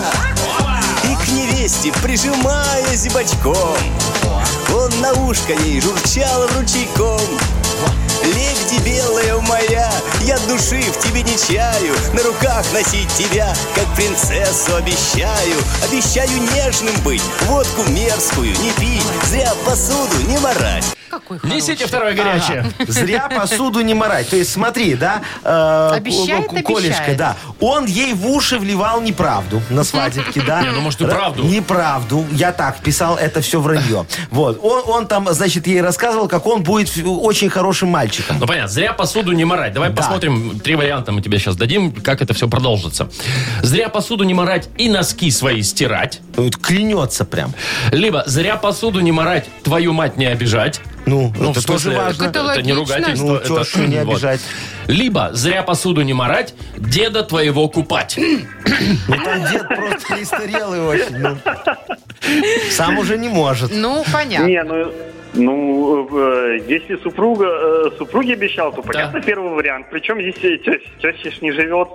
[SPEAKER 8] И к невесте прижимаясь бочком Он на ушко ей журчал ручейком Лебеди белая моя, я души в тебе не чаю На руках носить тебя, как принцессу обещаю Обещаю нежным быть, водку мерзкую не пить Зря посуду не морать
[SPEAKER 3] Какой хороший.
[SPEAKER 2] Несите второе горячее.
[SPEAKER 4] Зря посуду не морать. То есть смотри, да, э,
[SPEAKER 3] Обещает,
[SPEAKER 4] Ку- Ку- Колешка,
[SPEAKER 3] обещает.
[SPEAKER 4] да, он ей в уши вливал неправду на свадебке, да.
[SPEAKER 2] Не, ну, может, и
[SPEAKER 4] Ра-
[SPEAKER 2] правду.
[SPEAKER 4] Неправду. Я так писал, это все вранье. Вот. Он, он там, значит, ей рассказывал, как он будет очень хорошим мальчиком.
[SPEAKER 2] Ну понятно, зря посуду не морать. Давай
[SPEAKER 4] Да.
[SPEAKER 2] посмотрим, три варианта мы тебе сейчас дадим, как это все продолжится. Зря посуду не морать и носки свои стирать.
[SPEAKER 4] Вот клянется прям.
[SPEAKER 2] Либо зря посуду не морать, твою мать не обижать.
[SPEAKER 4] Ну,
[SPEAKER 2] Ну,
[SPEAKER 4] это
[SPEAKER 2] в смысле,
[SPEAKER 4] тоже важно.
[SPEAKER 3] Так это
[SPEAKER 2] это не
[SPEAKER 3] логично.
[SPEAKER 2] ругательство.
[SPEAKER 4] Ну,
[SPEAKER 2] это-
[SPEAKER 4] чё ж не
[SPEAKER 2] вот.
[SPEAKER 4] обижать.
[SPEAKER 2] Либо зря посуду не морать, деда твоего купать.
[SPEAKER 4] Ну, там дед просто престарелый очень. ну. Сам уже не может.
[SPEAKER 3] Ну, понятно.
[SPEAKER 5] Не, ну, ну, э, если супруга, э, супруге обещал, то понятно первый вариант. Причем здесь э, теща, теща ж не живет,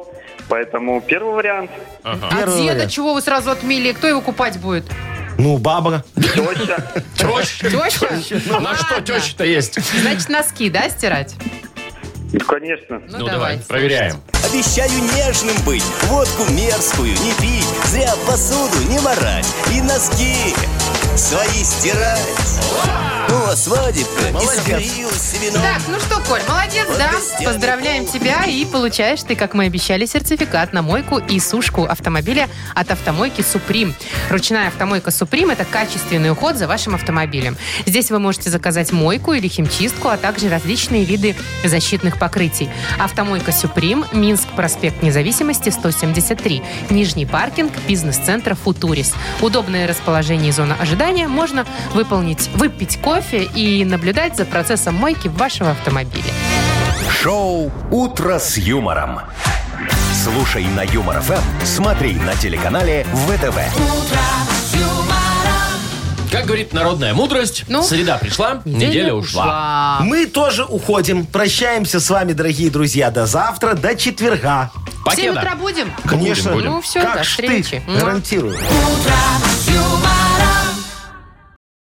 [SPEAKER 5] поэтому первый вариант.
[SPEAKER 2] Ага.
[SPEAKER 3] А
[SPEAKER 4] Первый
[SPEAKER 3] деда
[SPEAKER 4] вариант.
[SPEAKER 3] чего вы сразу отмели? Кто его купать будет?
[SPEAKER 4] Ну, баба.
[SPEAKER 5] Теща.
[SPEAKER 2] Теща?
[SPEAKER 3] Теща? Ну,
[SPEAKER 2] На что
[SPEAKER 3] ладно.
[SPEAKER 2] теща-то
[SPEAKER 3] Ну,
[SPEAKER 2] есть?
[SPEAKER 3] Значит, носки, да, стирать?
[SPEAKER 5] Ну, Конечно.
[SPEAKER 2] Ну, давай, проверяем.
[SPEAKER 8] Обещаю нежным быть, водку мерзкую не пить, зря посуду не морать и носки свои стирать. Ну, а свадебка не
[SPEAKER 4] Молодец.
[SPEAKER 8] скрылся вином.
[SPEAKER 3] Так, ну что, Коль, молодец, да? Поздравляем тебя и получаешь ты, как мы обещали, сертификат на мойку и сушку автомобиля от автомойки «Суприм». Ручная автомойка «Суприм» — это качественный уход за вашим автомобилем. Здесь вы можете заказать мойку или химчистку, а также различные виды защитных покрытий. Автомойка «Суприм», Минск, проспект Независимости, 173, Нижний паркинг, бизнес-центр «Футурис». Удобное расположение и зона ожидания можно выполнить, выпить кофе и наблюдать за процессом мойки вашего автомобиля.
[SPEAKER 1] Шоу «Утро с юмором». Слушай на Юмор ФМ, смотри на телеканале ВТВ.
[SPEAKER 2] Как говорит народная мудрость,
[SPEAKER 3] Ну?
[SPEAKER 2] среда пришла, неделя, ушла.
[SPEAKER 3] А.
[SPEAKER 4] Мы тоже уходим. Прощаемся с вами, дорогие друзья. До завтра, до четверга.
[SPEAKER 3] В 7
[SPEAKER 2] Покеда.
[SPEAKER 3] утра будем?
[SPEAKER 4] Конечно.
[SPEAKER 2] будем.
[SPEAKER 3] Ну все,
[SPEAKER 4] Как
[SPEAKER 3] до
[SPEAKER 4] ж ты,
[SPEAKER 3] встречи. Муа.
[SPEAKER 4] Гарантирую.
[SPEAKER 9] юмор.